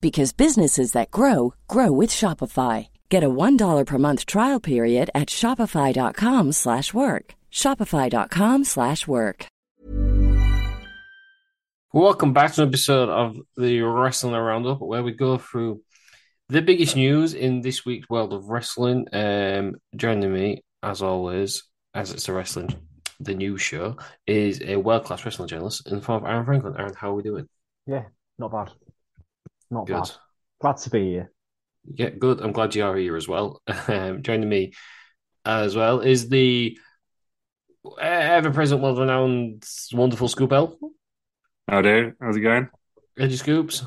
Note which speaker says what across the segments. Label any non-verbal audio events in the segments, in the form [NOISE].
Speaker 1: because businesses that grow grow with Shopify. Get a $1 per month trial period at shopify.com/work. slash work. shopify.com/work. slash work.
Speaker 2: Welcome back to an episode of the Wrestling Roundup, where we go through the biggest news in this week's world of wrestling. Um, joining me, as always, as it's the wrestling, the news show, is a world class wrestling journalist in the form of Aaron Franklin. Aaron, how are we doing?
Speaker 3: Yeah, not bad. Not
Speaker 2: Good.
Speaker 3: bad. Glad to be here.
Speaker 2: Yeah, good. I'm glad you are here as well. [LAUGHS] Um, joining me as well is the ever present, world renowned, wonderful Scoop L.
Speaker 4: How do? How's it going?
Speaker 2: Edgy Scoops.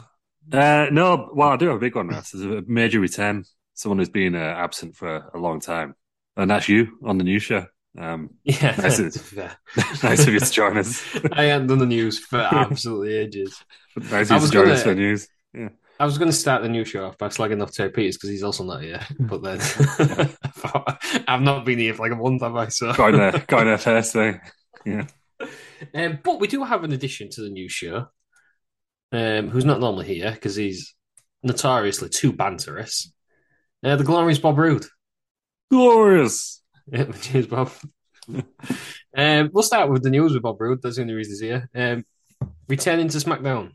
Speaker 4: Uh, no, well, I do have a big one, Matt. There's a major return. Someone who's been uh, absent for a long time, and that's you on the new show. Um,
Speaker 2: Yeah, [LAUGHS]
Speaker 4: Nice of- nice of you to join us.
Speaker 2: I haven't done the news for absolutely ages.
Speaker 4: nice
Speaker 2: I
Speaker 4: you to
Speaker 2: was
Speaker 4: join
Speaker 2: gonna- [LAUGHS]
Speaker 4: us for news.
Speaker 2: I was going to start the new show off by slagging off Terry Peters because he's also not here. But then [LAUGHS] I thought, I've not been here for like a month, have I? So,
Speaker 4: Got in there, got in there first thing.
Speaker 2: um, but we do have an addition to the new show, um, who's not normally here because he's notoriously too banterous. Uh, the glorious Bob Roode. [LAUGHS]
Speaker 4: Glorious.
Speaker 2: Yeah, Cheers,
Speaker 4: [LAUGHS]
Speaker 2: Bob. um, we'll start with the news with Bob Roode. That's the only reason he's here. Um, returning to SmackDown.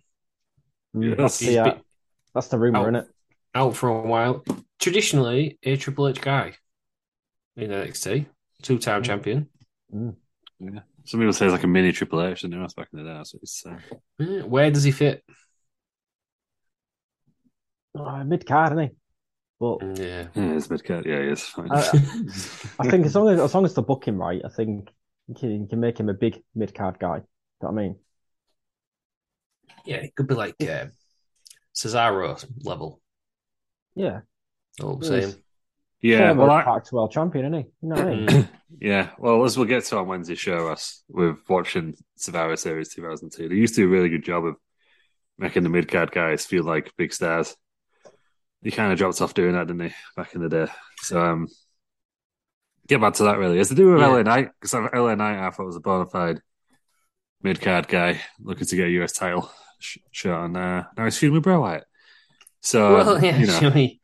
Speaker 4: Yes.
Speaker 2: He's
Speaker 3: Yeah.
Speaker 2: been
Speaker 3: Mm. That's the rumor,
Speaker 2: Oh.
Speaker 3: isn't it?
Speaker 2: out for a while. Traditionally, a Triple H guy in NXT, two time
Speaker 4: Hmm.
Speaker 2: champion.
Speaker 4: Some people say it's like a mini Triple H, didn't know back in the day. So it's, uh,
Speaker 2: Yeah, Eh, Where does he fit?
Speaker 3: Uh, Mid card, isn't he? But
Speaker 4: Mm. [LAUGHS]
Speaker 2: Yeah.
Speaker 4: yeah, it's a bit good. Yeah, it's fine.
Speaker 3: Uh, I think as long as as long as they book him right, I think you can, you can make him a big mid card guy. Do you know what I mean?
Speaker 2: Yeah, it could be like uh, Cesaro level.
Speaker 3: Yeah.
Speaker 2: All the
Speaker 3: Yes.
Speaker 4: Hmm.
Speaker 2: same.
Speaker 4: [LAUGHS] yeah,
Speaker 3: Former
Speaker 4: well, I,
Speaker 3: Pac-12 champion, isn't he? You know what I
Speaker 4: Hmm. Uh,
Speaker 3: mean?
Speaker 2: Mm.
Speaker 4: Yeah, well, as we'll get to on Wednesday show, us with watching Survivor Series 2002, they used to do a really good job of making the mid card guys feel like big stars. They kind of dropped off doing that, didn't they, back in the day? So, um, get back to that really. As they do with
Speaker 2: Yeah.
Speaker 4: LA Knight, because LA Knight I thought was a bona fide mid card guy looking to get a US title sh- shot, and uh, now he's feuding with Bray Wyatt. So,
Speaker 2: well, yeah,
Speaker 4: you know,
Speaker 2: shall we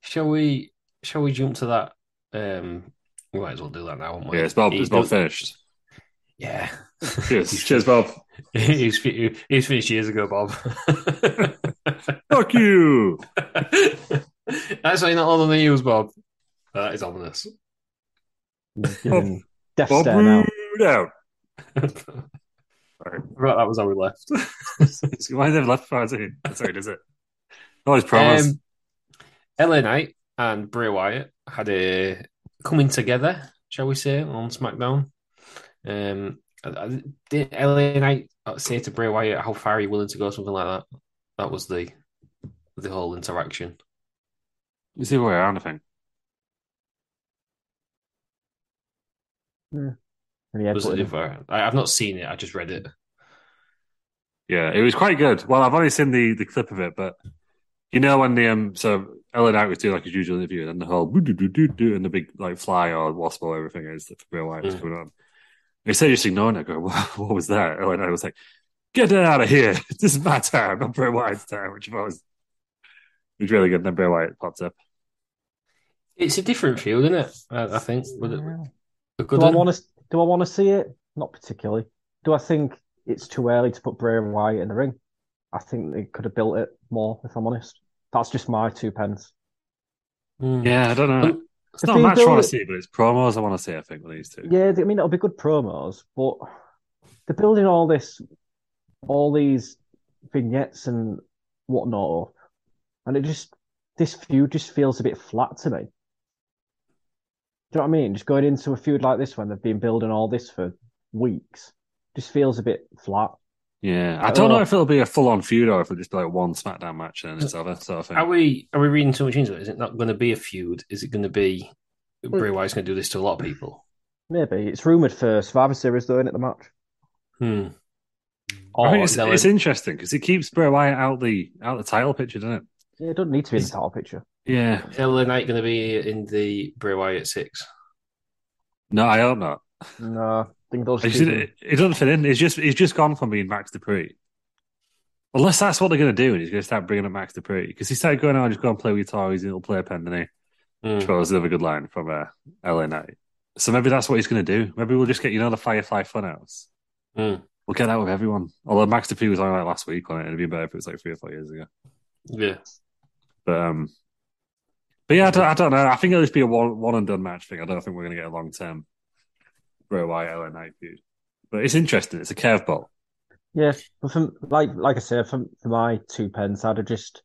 Speaker 2: shall we shall we jump to that? Um we might as well do that now, won't we?
Speaker 4: yeah, it's Bob,
Speaker 2: He
Speaker 4: it's Bob
Speaker 2: does-
Speaker 4: finished.
Speaker 2: Yeah.
Speaker 4: Cheers, cheers, Bob.
Speaker 2: [LAUGHS] he's, fi- he's finished years ago, Bob.
Speaker 4: [LAUGHS] Fuck you.
Speaker 2: [LAUGHS] Actually, not on the news, Bob. That is ominous.
Speaker 3: He's giving Death
Speaker 4: Mm. Bob
Speaker 3: stare now.
Speaker 4: Roode out.
Speaker 2: Right, that was how we left.
Speaker 4: Why is it left party? Sorry, does it? Oh, it's promise.
Speaker 2: Um, LA Knight and Bray Wyatt had a coming together, shall we say, on SmackDown. Um, I- I- did LA Knight say to Bray Wyatt how far he willing to go, something like that? That was the the whole interaction.
Speaker 4: it's the other way around, I think.
Speaker 3: And he
Speaker 2: Was it
Speaker 3: headbutted him.
Speaker 2: different? I, I've not seen it. I just read it.
Speaker 4: Yeah, it was quite good. Well, I've only seen the, the clip of it, but you know when the um so Ellen Knight was doing like his usual interview and the whole do do do do and the big like fly or wasp or everything is that for real life was
Speaker 2: Mm.
Speaker 4: [LAUGHS] going on. Instead of just ignoring it, going, what, what was that? Ellen Knight was like, get that out of here. [LAUGHS] This is my time, not Bray Wyatt's time, which was was really good. And then Bray Wyatt pops up.
Speaker 2: It's a different field, isn't it? I, I think. But it- a good
Speaker 3: Do I
Speaker 2: one.
Speaker 3: want to? Do I want to see it? Not particularly. Do I think it's too early to put Bray Wyatt in the ring? I think they could have built it more, if I'm honest. That's just my two pence.
Speaker 2: Mm.
Speaker 4: Yeah, I don't know.
Speaker 2: Um,
Speaker 4: It's
Speaker 3: if
Speaker 4: not
Speaker 3: they
Speaker 4: much I
Speaker 3: do
Speaker 4: want
Speaker 3: it-
Speaker 4: to see, but it's promos I want to see. I think with these two.
Speaker 3: Yeah, I mean it'll be good promos, but they're building all this, all these vignettes and whatnot up, and it just this feud just feels a bit flat to me. Do you know what I mean? Just going into a feud like this when they've been building all this for weeks, just feels a bit flat.
Speaker 4: Yeah, I don't
Speaker 3: Oh.
Speaker 4: know if it'll be a full on feud or if it'll just be like one SmackDown match and then it's over. So I think
Speaker 2: Are we are we reading too much into it? Is it not going to be a feud? Is it going to be Bray Wyatt's going to do this to a lot of people?
Speaker 3: Maybe it's rumored for Survivor Series though, isn't it? The match.
Speaker 2: Hmm.
Speaker 4: I
Speaker 2: Or
Speaker 4: think it's,
Speaker 2: they'll-
Speaker 4: it's interesting because it keeps Bray Wyatt out the out the title picture, doesn't it?
Speaker 3: Yeah, it doesn't need to be in the
Speaker 4: Is-
Speaker 3: title picture.
Speaker 4: Yeah.
Speaker 2: LA Knight going to be in the Bray Wyatt six.
Speaker 4: No, I hope not.
Speaker 3: No, I think those.
Speaker 4: It, just- it- it doesn't fit in. It's just it's just gone from being Max Dupree. Unless that's what they're going to do, and he's going to start bringing up Max Dupree because he started going out just go and play with guitar. He's in a little play pen, didn't he?
Speaker 2: Hmm.
Speaker 4: Which was another good line from uh, LA Knight. So maybe that's what he's going to do. Maybe we'll just get you know the Firefly Funhouse.
Speaker 2: Hmm.
Speaker 4: We'll get that with everyone. Although Max Dupree was on like last week on it, it'd be better if it was like three or four years ago.
Speaker 2: Yeah.
Speaker 4: But um, but yeah, I don't, I don't know. I think it'll just be a one, one and done match thing. I don't think we're going to get a long term Bray Wyatt LA Knight feud. But it's interesting. It's a curveball.
Speaker 3: Yeah, but from like like I said, from for my two pence, I'd have just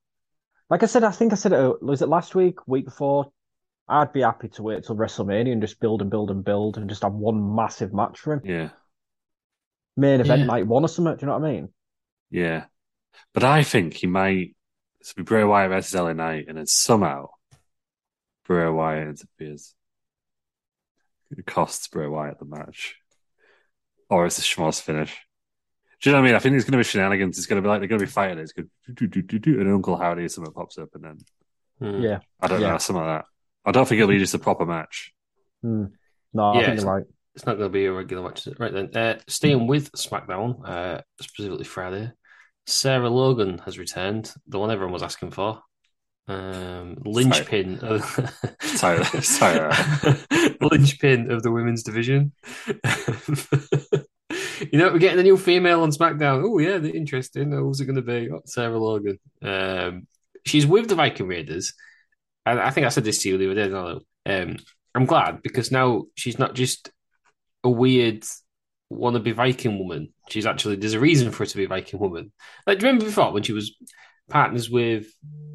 Speaker 3: like I said, I think I said it uh, was it last week, week before. I'd be happy to wait till WrestleMania and just build and build and build and just have one massive match for him.
Speaker 4: Yeah,
Speaker 3: Main event
Speaker 2: Yeah.
Speaker 3: night one or something, do you know what I mean?
Speaker 4: yeah. But I think he might. It's be Bray Wyatt versus LA Knight, and then somehow Bray Wyatt interferes. It costs Bray Wyatt the match, or it's a schmoz finish. Do you know what I mean? I think it's going to be shenanigans. It's going to be like they're going to be fighting. It's going to do, do, do, do, and Uncle Howdy or something pops up, and then
Speaker 2: Hmm.
Speaker 3: Yeah.
Speaker 4: I don't
Speaker 3: Yeah.
Speaker 4: know something like that. I don't think it'll be just a proper match.
Speaker 3: Hmm. No, I
Speaker 2: Yeah,
Speaker 3: think
Speaker 2: it's-
Speaker 3: you're right.
Speaker 2: It's not going to be a regular match. is it? Right then. Uh, staying with SmackDown, uh, specifically Friday, Sarah Logan has returned, the one everyone was asking for. Um, linchpin. [LAUGHS]
Speaker 4: Sorry, sorry.
Speaker 2: linchpin of the women's division. [LAUGHS] you know, we're getting a new female on SmackDown. Oh, yeah, they're interesting. Oh, Who's it going to be? Oh, Sarah Logan. Um, she's with the Viking Raiders. And I think I said this to you the other day. didn't I? Um, I'm glad because now she's not just a weird wannabe Viking woman. She's actually, there's a reason for her to be a Viking woman. Like, do you remember before when she was partners with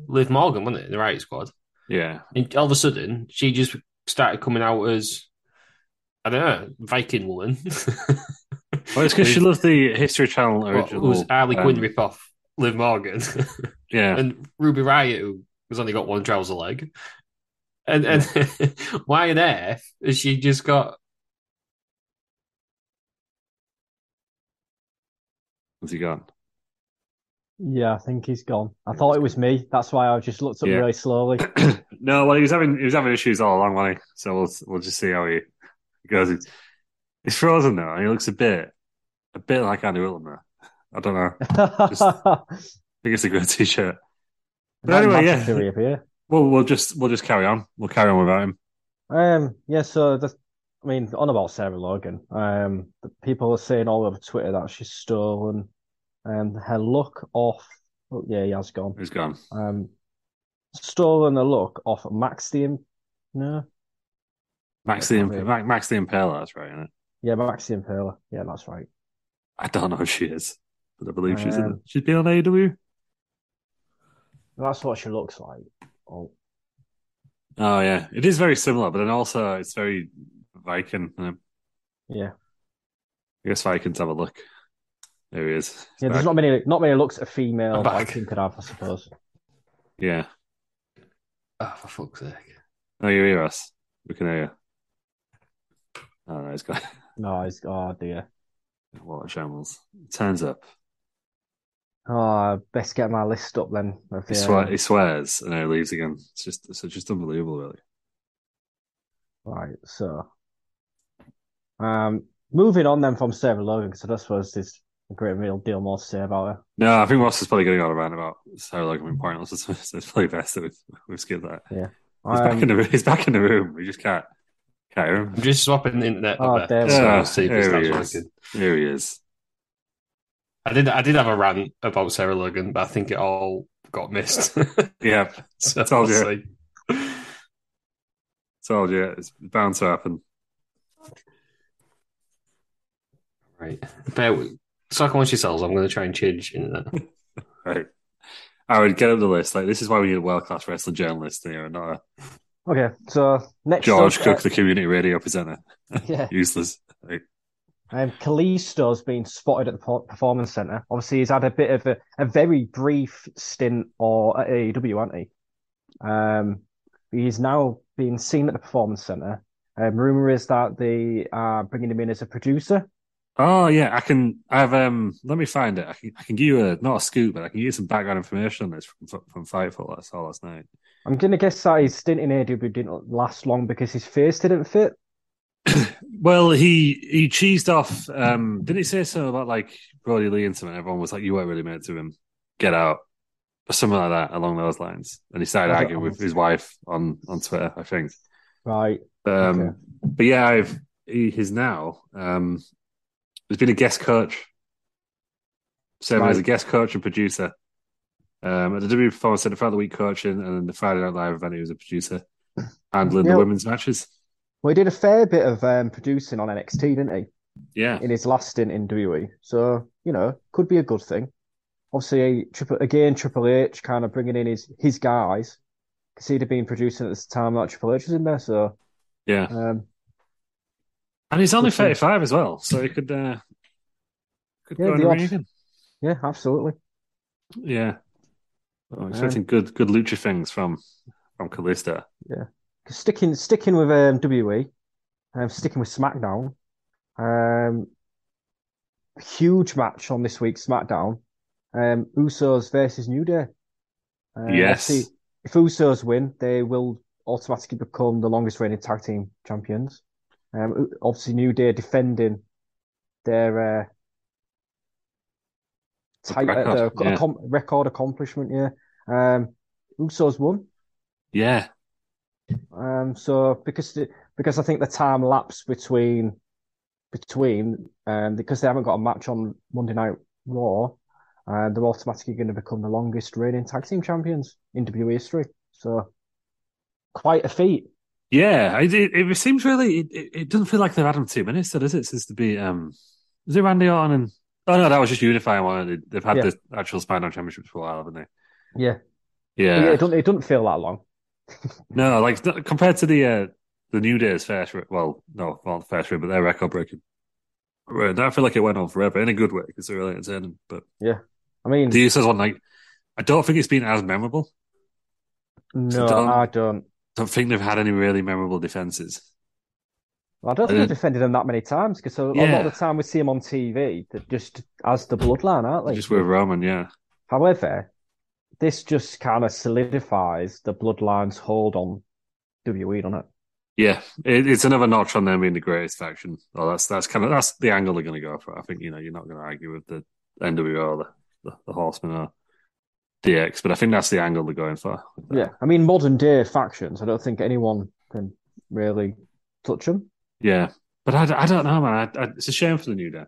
Speaker 2: Liv Morgan, wasn't it, in the Riot Squad?
Speaker 4: Yeah,
Speaker 2: And all of a sudden, she just started coming out as I don't know Viking woman.
Speaker 4: [LAUGHS] well, it's because she loves the History Channel
Speaker 2: What,
Speaker 4: original.
Speaker 2: was Harley Quinn
Speaker 4: um,
Speaker 2: ripoff Liv Morgan [LAUGHS]
Speaker 4: Yeah,
Speaker 2: and Ruby Riot, who has only got one trouser leg. And and [LAUGHS] why on earth has she just got?
Speaker 4: has he gone?
Speaker 3: Yeah, I think he's gone. I thought it was me. That's why I just looked up
Speaker 4: Yeah.
Speaker 3: really slowly. [LAUGHS]
Speaker 4: [CLEARS THROAT] no, well, he was having he was having issues all along, wasn't he? So we'll we'll just see how he goes. He's, he's frozen now, and he looks a bit a bit like Andy Whitlam. I don't know. I think it's a good t-shirt. But anyway, yeah.
Speaker 3: yeah.
Speaker 4: Well, we'll just we'll just carry on. We'll carry on without him.
Speaker 3: Um, yeah, so the, I mean, on about Sarah Logan, um, the people are saying all over Twitter that she's stolen um, her look off. Oh, yeah, he has gone.
Speaker 4: He's gone.
Speaker 3: Um, stolen the look off Max the Im- no,
Speaker 4: Max the Imp- Max, Max the Impaler. That's right, isn't it?
Speaker 3: yeah, Max the Impaler. Yeah, that's right.
Speaker 4: I don't know who she is, but I believe she's in.
Speaker 3: Um,
Speaker 4: She's been on E AEW.
Speaker 3: That's what she looks like. Oh,
Speaker 4: Oh yeah, it is very similar, but then also it's very Viking. I
Speaker 3: yeah,
Speaker 4: guess Vikings have a look. There he is. He's
Speaker 3: yeah.
Speaker 4: back.
Speaker 3: There's not many, not many looks a female
Speaker 2: I'm back.
Speaker 3: Viking could have, I suppose.
Speaker 4: yeah.
Speaker 2: Oh, for fuck's sake!
Speaker 4: Oh, you hear us? We can hear you. Oh, no, he's got [LAUGHS]
Speaker 3: No, he's oh dear.
Speaker 4: water shambles. Turns up.
Speaker 3: Oh, I best get my list up then. of,
Speaker 4: He,
Speaker 3: um,
Speaker 4: swe- he swears and then he leaves again. It's just, it's just unbelievable, really.
Speaker 3: Right, so um moving on then from Sarah Logan, because I don't suppose there's a great real deal more to say about her.
Speaker 4: No, I think Ross is probably going on around about Sarah being pointless, [LAUGHS] so it's probably best that we, we skip that. He's back in
Speaker 3: Um,
Speaker 4: the room. He's back in the room. We just can't can't hear him.
Speaker 2: I'm just swapping the internet.
Speaker 3: Oh,
Speaker 2: up there,
Speaker 3: there
Speaker 4: we
Speaker 2: so
Speaker 4: go.
Speaker 2: I'll see if this
Speaker 4: There Ah, he
Speaker 2: starts
Speaker 4: is.
Speaker 2: working.
Speaker 4: Here he is.
Speaker 2: I did. I did have a rant about Sarah Logan, but I think it all got missed. [LAUGHS]
Speaker 4: Yeah,
Speaker 2: so
Speaker 4: Told
Speaker 2: we'll
Speaker 4: you. told you it's bound to happen.
Speaker 2: Right. Bear with. Suck on yourselves. I'm going to try and change internet.
Speaker 4: Right. I would get up the list. Like this is why we need a world class wrestling journalist here, not a
Speaker 3: Okay, so next
Speaker 4: George
Speaker 3: up,
Speaker 4: Cook,
Speaker 3: uh,
Speaker 4: the community radio presenter.
Speaker 3: yeah,
Speaker 4: [LAUGHS] Useless.
Speaker 3: um, Kalisto's been spotted at the per- performance centre. Obviously, he's had a bit of a, a very brief stint or at AEW, hasn't he? Um, he's now being seen at the performance centre. Um, rumor is that they are bringing him in as a producer.
Speaker 4: Oh yeah, I can. I've um. Let me find it. I can. I can give you a not a scoop, but I can give you some background information on this from from Fightful. I saw last night.
Speaker 3: I'm gonna guess that his stint in AEW didn't last long because his face didn't fit.
Speaker 4: Well, he he cheesed off. Um, didn't he say something about like Brody Lee and something? Everyone was like, "You weren't really meant to him. Get out," or something like that along those lines. And he
Speaker 3: I
Speaker 4: started
Speaker 3: don't
Speaker 4: arguing with his wife on on Twitter, I think.
Speaker 3: Right.
Speaker 4: Um,
Speaker 3: Okay.
Speaker 4: But yeah, I've he, he's now um, he's been a guest coach, serving
Speaker 3: Right.
Speaker 4: as a guest coach and producer. Um, at the WWE Performance Center for the week coaching, and then the Friday Night Live event, he was a producer, handling
Speaker 3: Yeah.
Speaker 4: the women's matches.
Speaker 3: Well, he did a fair bit of um, producing on NXT, didn't he?
Speaker 4: Yeah,
Speaker 3: in his last stint in WWE. So, you know, could be a good thing. Obviously, triple, again, Triple H kind of bringing in his, his guys because he'd have been producing at the time that Triple H was in there. So,
Speaker 4: yeah.
Speaker 3: um,
Speaker 4: And he's only
Speaker 3: Good thing.
Speaker 4: 35 as well, so he could uh, could
Speaker 3: Yeah,
Speaker 4: go in
Speaker 3: the
Speaker 4: the ring
Speaker 3: odds.
Speaker 4: again.
Speaker 3: yeah, absolutely.
Speaker 4: Yeah. I'm expecting good good lucha things from from Kalista.
Speaker 3: 'Cause Sticking sticking with um, WWE, um, sticking with SmackDown, um, huge match on this week's SmackDown. Um, Usos versus New Day. Um,
Speaker 4: Yes.
Speaker 3: obviously, If Usos win, they will automatically become the longest reigning tag team champions. Um, U- obviously, New Day defending their uh, title,
Speaker 4: record,
Speaker 3: their ac-
Speaker 4: yeah.
Speaker 3: accom- record accomplishment. Yeah. Um, Usos won.
Speaker 4: Yeah.
Speaker 3: Um, so because the, because I think the time lapse between between um, because they haven't got a match on Monday Night Raw, uh, they're automatically going to become the longest reigning tag team champions in WWE history. So quite a feat.
Speaker 4: Yeah. It, it, it seems really it, it it doesn't feel like they've had him two minutes, so does it? Since to be um is it Randy Orton and Oh no, that was just unifying one. They- They've had
Speaker 3: Yeah.
Speaker 4: the actual SmackDown Championships for a while, haven't they?
Speaker 3: Yeah,
Speaker 4: Yeah.
Speaker 3: yeah. It doesn't it doesn't feel that long.
Speaker 4: No, like th- compared to the uh, the New Day's first, re- well, no, not first ring, but their record breaking. Right, I feel like it went on forever in a good way because they're really entertaining. But
Speaker 3: I mean,
Speaker 4: the Usos one, like, I don't think it's been as memorable.
Speaker 3: no,
Speaker 4: don't-
Speaker 3: I don't.
Speaker 4: don't think they've had any really memorable defenses.
Speaker 3: I don't think
Speaker 4: Uh,
Speaker 3: I've defended them that many times because a, a
Speaker 4: Yeah.
Speaker 3: lot of the time we see them on TV, they're just as the bloodline, aren't they?
Speaker 4: Just with Roman, yeah,
Speaker 3: However, this just kind of solidifies the bloodline's hold on WWE, doesn't it?
Speaker 4: yeah. It, it's another notch on them being the greatest faction. Oh, that's that's kind of that's the angle they're going to go for. I think you know you're not going to argue with the NWO, or the, the, the Horsemen, or DX, but I think that's the angle they're going for. with that.
Speaker 3: I mean, modern day factions, I don't think anyone can really touch them.
Speaker 4: Yeah, but I, d- I don't know, man. I, I, it's a shame for the new day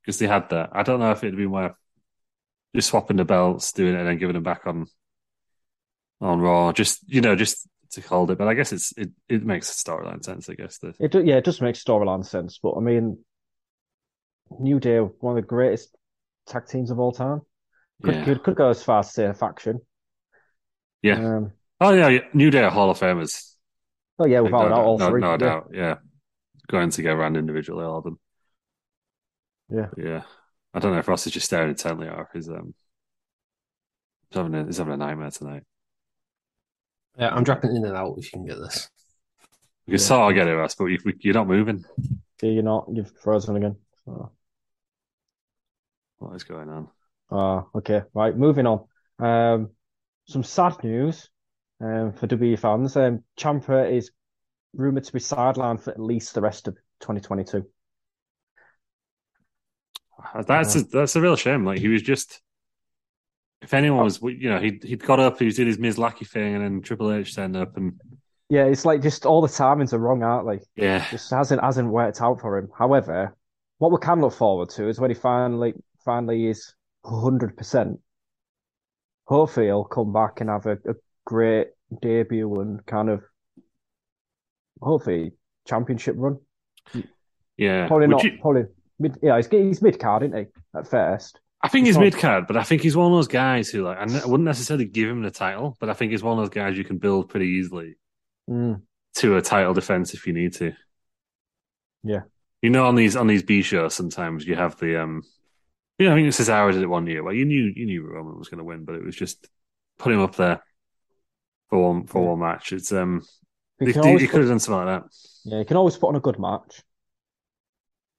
Speaker 4: because they had that. I don't know if it'd be worth just swapping the belts, doing it, and then giving them back on on Raw. Just you know, just to hold it. But I guess it's it, it makes storyline sense. I guess that
Speaker 3: It do, yeah, it does make storyline sense, but I mean, New Day, one of the greatest tag teams of all time, could
Speaker 4: yeah,
Speaker 3: could, could go as far as say a faction.
Speaker 4: yeah.
Speaker 3: Um,
Speaker 4: oh yeah, yeah, new day are Hall of Famers.
Speaker 3: oh yeah, without
Speaker 4: no,
Speaker 3: a doubt, all
Speaker 4: no,
Speaker 3: three.
Speaker 4: no
Speaker 3: yeah.
Speaker 4: doubt. Yeah, going together and individually, all of them.
Speaker 3: Yeah.
Speaker 4: yeah. I don't know if Ross is just staring intently or if he's um he's having a, he's having a nightmare tonight.
Speaker 2: [LAUGHS] Yeah, I'm dropping in and out if you can get this.
Speaker 4: You can sort of get it, Ross, but you, you're not moving.
Speaker 3: Yeah, You're not. You've frozen again. Oh.
Speaker 4: What is going on?
Speaker 3: Ah, okay. Right, moving on. Um, some sad news um, for WWE fans. Um, Champa is rumored to be sidelined for at least the rest of 2022.
Speaker 4: That's a, that's a real shame. Like he was just, if
Speaker 3: Oh.
Speaker 4: anyone was, you know, he he'd got up, he was doing his Miz Lackey thing, and then Triple H turned up, and
Speaker 3: Yeah, it's like just all the timings are wrong, aren't they?
Speaker 4: yeah,
Speaker 3: Just hasn't hasn't worked out for him. However, what we can look forward to is when he finally finally is hundred percent. Hopefully, he'll come back and have a, a great debut and kind of hopefully championship run.
Speaker 4: yeah.
Speaker 3: Probably
Speaker 4: Would
Speaker 3: not.
Speaker 4: you-
Speaker 3: Probably mid. Yeah, he's he's mid card, isn't he? At first,
Speaker 4: I think he's
Speaker 3: He's not-
Speaker 4: mid card, but I think he's one of those guys who like I n- I wouldn't necessarily give him the title, but I think he's one of those guys you can build pretty easily Hmm.
Speaker 3: Mm.
Speaker 4: to a title defense if you need to.
Speaker 3: Yeah.
Speaker 4: you know on these on these B shows sometimes you have the um, you know I think Cesaro did it one year. Well, you knew you knew Roman was going to win, but it was just put him up there for one for one match. It's um,
Speaker 3: You
Speaker 4: they,
Speaker 3: can
Speaker 4: they,
Speaker 3: always
Speaker 4: they
Speaker 3: put-
Speaker 4: could have done something like that.
Speaker 3: Yeah, you can always put on a good match.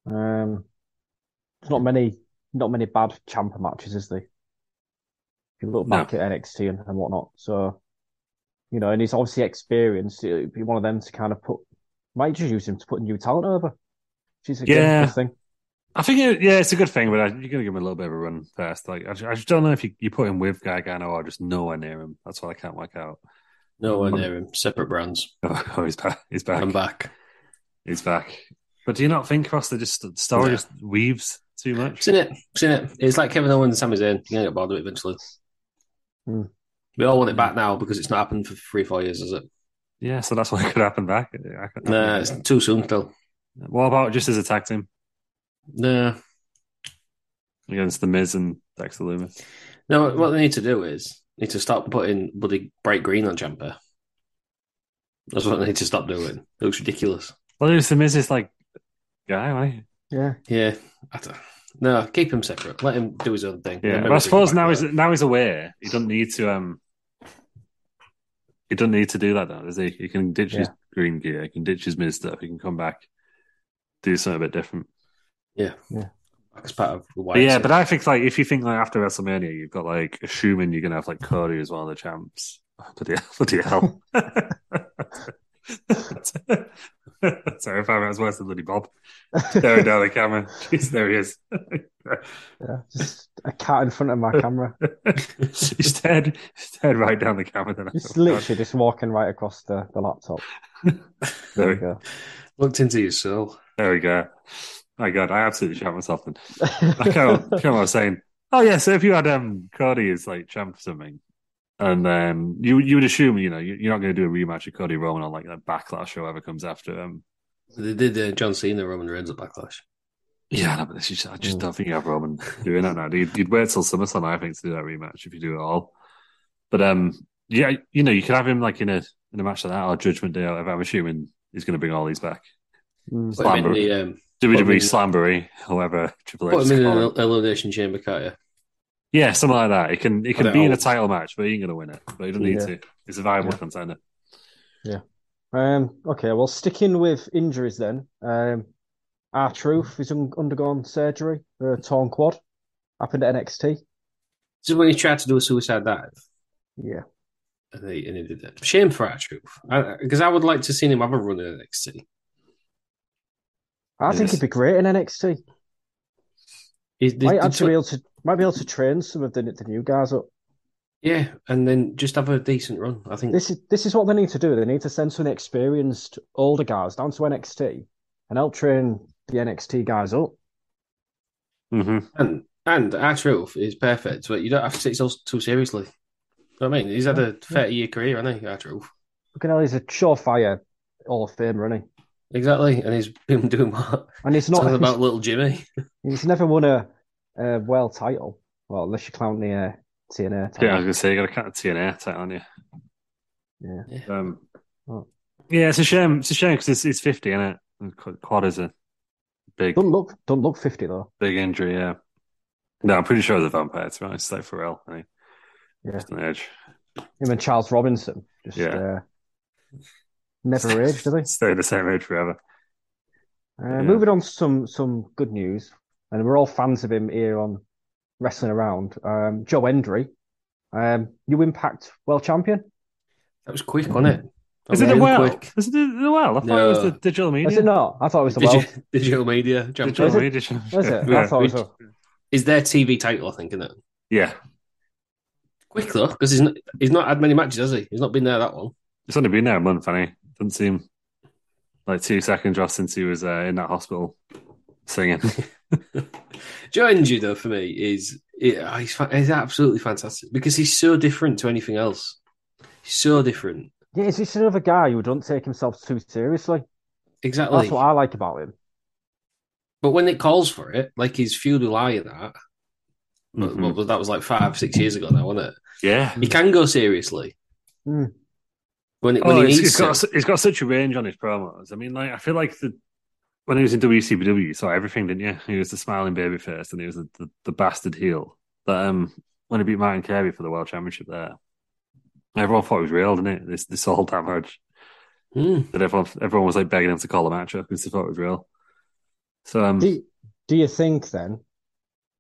Speaker 3: Um, there's not many, not many bad champ matches, is there? If you look
Speaker 4: No.
Speaker 3: back at NXT and, and whatnot, so you know, and he's obviously experienced. It'd be one of them to kind of put, might just use him to put new talent over. She's a good
Speaker 4: Yeah.
Speaker 3: thing.
Speaker 4: I think it, yeah, it's a good thing, but I, you're going to give him a little bit of a run first. Like I, ju- I just don't know if you, you put him with Gargano or just nowhere near him. That's what I can't work out.
Speaker 2: No one near him. Separate brands.
Speaker 4: [LAUGHS] Oh, he's back. He's back.
Speaker 2: I'm back.
Speaker 4: He's back. But do you not think Ross? They just the story
Speaker 2: No.
Speaker 4: just weaves too much.
Speaker 2: Seen it. Seen it. It's like Kevin Owens and Sami Zayn. You're gonna get bored of it eventually.
Speaker 3: Hmm.
Speaker 2: We all want it back now because it's not happened for three, four years, is it?
Speaker 4: Yeah, so that's what [LAUGHS] could happen back. I can't-
Speaker 2: Nah, it's too soon still.
Speaker 4: What about just as a tag team
Speaker 2: Nah.
Speaker 4: against the Miz and Dexter Lumis?
Speaker 2: No, what they need to do is need to stop putting bloody bright green on Champa. That's what they need to stop doing. It looks ridiculous.
Speaker 4: Well, it's the Miz is like guy, right?
Speaker 3: Yeah,
Speaker 2: Yeah, I don't, no, keep him separate. Let him do his own thing. Then
Speaker 4: Yeah. But I
Speaker 2: maybe bring him
Speaker 4: suppose
Speaker 2: back
Speaker 4: now he's
Speaker 2: later.
Speaker 4: now he's aware. He doesn't need to um. He doesn't need to do that now, does he? He can ditch his green gear. He can ditch his Miz stuff. He can come back, do something a bit different.
Speaker 2: as part of the
Speaker 4: But yeah,
Speaker 2: YMCA.
Speaker 4: but I think like if you think like after WrestleMania, you've got like assuming you're gonna have like Cody as one of the champs. [LAUGHS] Bloody hell! Bloody hell! [LAUGHS] Sorry, five minutes worse than bloody Bob. Staring down the camera. [LAUGHS] Jeez, there he is.
Speaker 3: yeah, just a cat in front of
Speaker 4: [LAUGHS]
Speaker 3: my camera,
Speaker 4: he stared, stared right down the camera. Then I
Speaker 3: just
Speaker 4: thought,
Speaker 3: literally just walking right across the, the laptop. There we
Speaker 4: There,
Speaker 3: go.
Speaker 2: looked into your soul.
Speaker 4: there we go. My God, I absolutely shot myself. Then I can't, can't remember what I was saying. Oh yeah, so if you had um Cody as like champ or something, and um you you would assume you know you- you're not going to do a rematch of Cody Roman on like that backlash or whatever comes after um
Speaker 2: They did uh, John Cena Roman Reigns at Backlash.
Speaker 4: yeah, no, but it's just, I just
Speaker 3: Mm.
Speaker 4: don't think you have Roman doing that now. You'd, you'd wait till SummerSlam, I think, to do that rematch if you do it all. But um, yeah, you know, you could have him like in a in a match like that or Judgment Day. Or whatever. I'm assuming he's going to bring all these back.
Speaker 3: Mm.
Speaker 2: Put him in
Speaker 4: Slamber-
Speaker 2: the um, him
Speaker 4: WWE
Speaker 2: in-
Speaker 4: E Slambury, however Triple H.
Speaker 2: put him
Speaker 4: is
Speaker 2: in
Speaker 4: calling
Speaker 2: an
Speaker 4: it.
Speaker 2: elimination chamber, can't you?
Speaker 4: Yeah, something like that. It can it
Speaker 2: Put
Speaker 4: can
Speaker 2: it
Speaker 4: be in a
Speaker 2: out.
Speaker 4: title match, but he ain't going to win it. But he doesn't need
Speaker 3: Yeah.
Speaker 4: to. It's a viable
Speaker 3: Yeah.
Speaker 4: contender.
Speaker 3: [LAUGHS] Um, okay, well, sticking with injuries then. Um, our truth is un undergone surgery for a torn quad. Happened at NXT.
Speaker 2: This is when he tried to do a suicide dive,
Speaker 3: Yeah,
Speaker 2: and he, and he did it. Shame for our truth, because I, would like to see him have a run in NXT.
Speaker 3: I think
Speaker 4: Yes.
Speaker 3: he'd be great in NXT.
Speaker 2: He, they-
Speaker 3: might
Speaker 2: they
Speaker 3: actually
Speaker 2: took-
Speaker 3: be able to might be able to train some of the the new guys up.
Speaker 2: yeah, and then just have a decent run. I think
Speaker 3: This is this is what they need to do. They need to send some experienced older guys down to NXT and help train the NXT guys up.
Speaker 4: Mm-hmm.
Speaker 2: And and our truth is perfect, but you don't have to take yourself too seriously. You know what I mean, he's had a thirty year career, hasn't he? Our truth,
Speaker 3: Look at how he's a surefire Hall of Famer, isn't he?
Speaker 2: exactly, and he's been doing [LAUGHS] what?
Speaker 3: And he's not
Speaker 2: Talking
Speaker 3: he's-
Speaker 2: about little Jimmy.
Speaker 3: He's never won a, a world title. Well, unless you count the uh, TNA title.
Speaker 4: Yeah, I was going to say, you got a cat TNA title on you.
Speaker 3: Yeah.
Speaker 2: Yeah.
Speaker 4: Um,
Speaker 3: Oh.
Speaker 4: Yeah, it's a shame. It's a shame because it's, it's 50, isn't it? And qu- Quad is a big,
Speaker 3: Don't look, don't look fifty though.
Speaker 4: big injury, yeah. No, I'm pretty sure it's a vampire, to be honest. It's like Pharrell, I think.
Speaker 3: Yeah.
Speaker 4: Just on the edge.
Speaker 3: Him and Charles Robinson just
Speaker 4: Yeah.
Speaker 3: uh, never aged, did they?
Speaker 4: [LAUGHS] Stay the same age forever.
Speaker 3: Uh,
Speaker 4: Yeah.
Speaker 3: Moving on to some some good news, and we're all fans of him here on Wrestling Around. Um, Joe Hendry, um, you Impact World Champion.
Speaker 2: That was quick, wasn't it?
Speaker 4: Is it the
Speaker 2: Really
Speaker 4: well?
Speaker 2: quick.
Speaker 4: Is it the, the well? I thought it was
Speaker 2: No.
Speaker 4: the digital media.
Speaker 3: Is it not? I thought it was the well.
Speaker 2: Digi- digital media. Jump
Speaker 4: Digital
Speaker 3: Is it?
Speaker 4: media. channel.
Speaker 3: Was it?
Speaker 4: [LAUGHS] Yeah.
Speaker 3: I thought it was.
Speaker 2: Which-
Speaker 3: a-
Speaker 2: Is their TV title? I think isn't it?
Speaker 4: yeah.
Speaker 2: Quick though, because he's not he's not had many matches, has he? He's not been there that
Speaker 4: [LAUGHS]
Speaker 2: long.
Speaker 4: It's only been there a month, Annie. Doesn't seem like two seconds off since he was uh, in that hospital [LAUGHS] singing.
Speaker 2: Joe you though for me is yeah, he's fa- he's absolutely fantastic because he's so different to anything else. He's so different.
Speaker 3: Yeah, it's just another guy who doesn't take himself too seriously.
Speaker 2: Exactly.
Speaker 3: That's what I like about him.
Speaker 2: But when it calls for it, like his feud with I and that, but-
Speaker 4: Mhm.
Speaker 2: but that was like five, six years ago now, wasn't it?
Speaker 4: Yeah.
Speaker 2: He can go seriously
Speaker 3: Mm.
Speaker 2: when it, when
Speaker 4: Oh,
Speaker 2: he
Speaker 4: he's,
Speaker 2: needs
Speaker 4: he's
Speaker 2: to.
Speaker 4: got su- he's got such a range on his promos. I mean, like I feel like the when he was in WCW, you saw everything, didn't you? He was the smiling baby face, and he was the, the, the bastard heel. But um, when he beat Martin Kirby for the world championship, there, everyone thought it was real, didn't it? This this whole damage
Speaker 2: Mm.
Speaker 4: that everyone everyone was like begging him to call a match up because they thought it was real. So um,
Speaker 3: Do you, do you think then,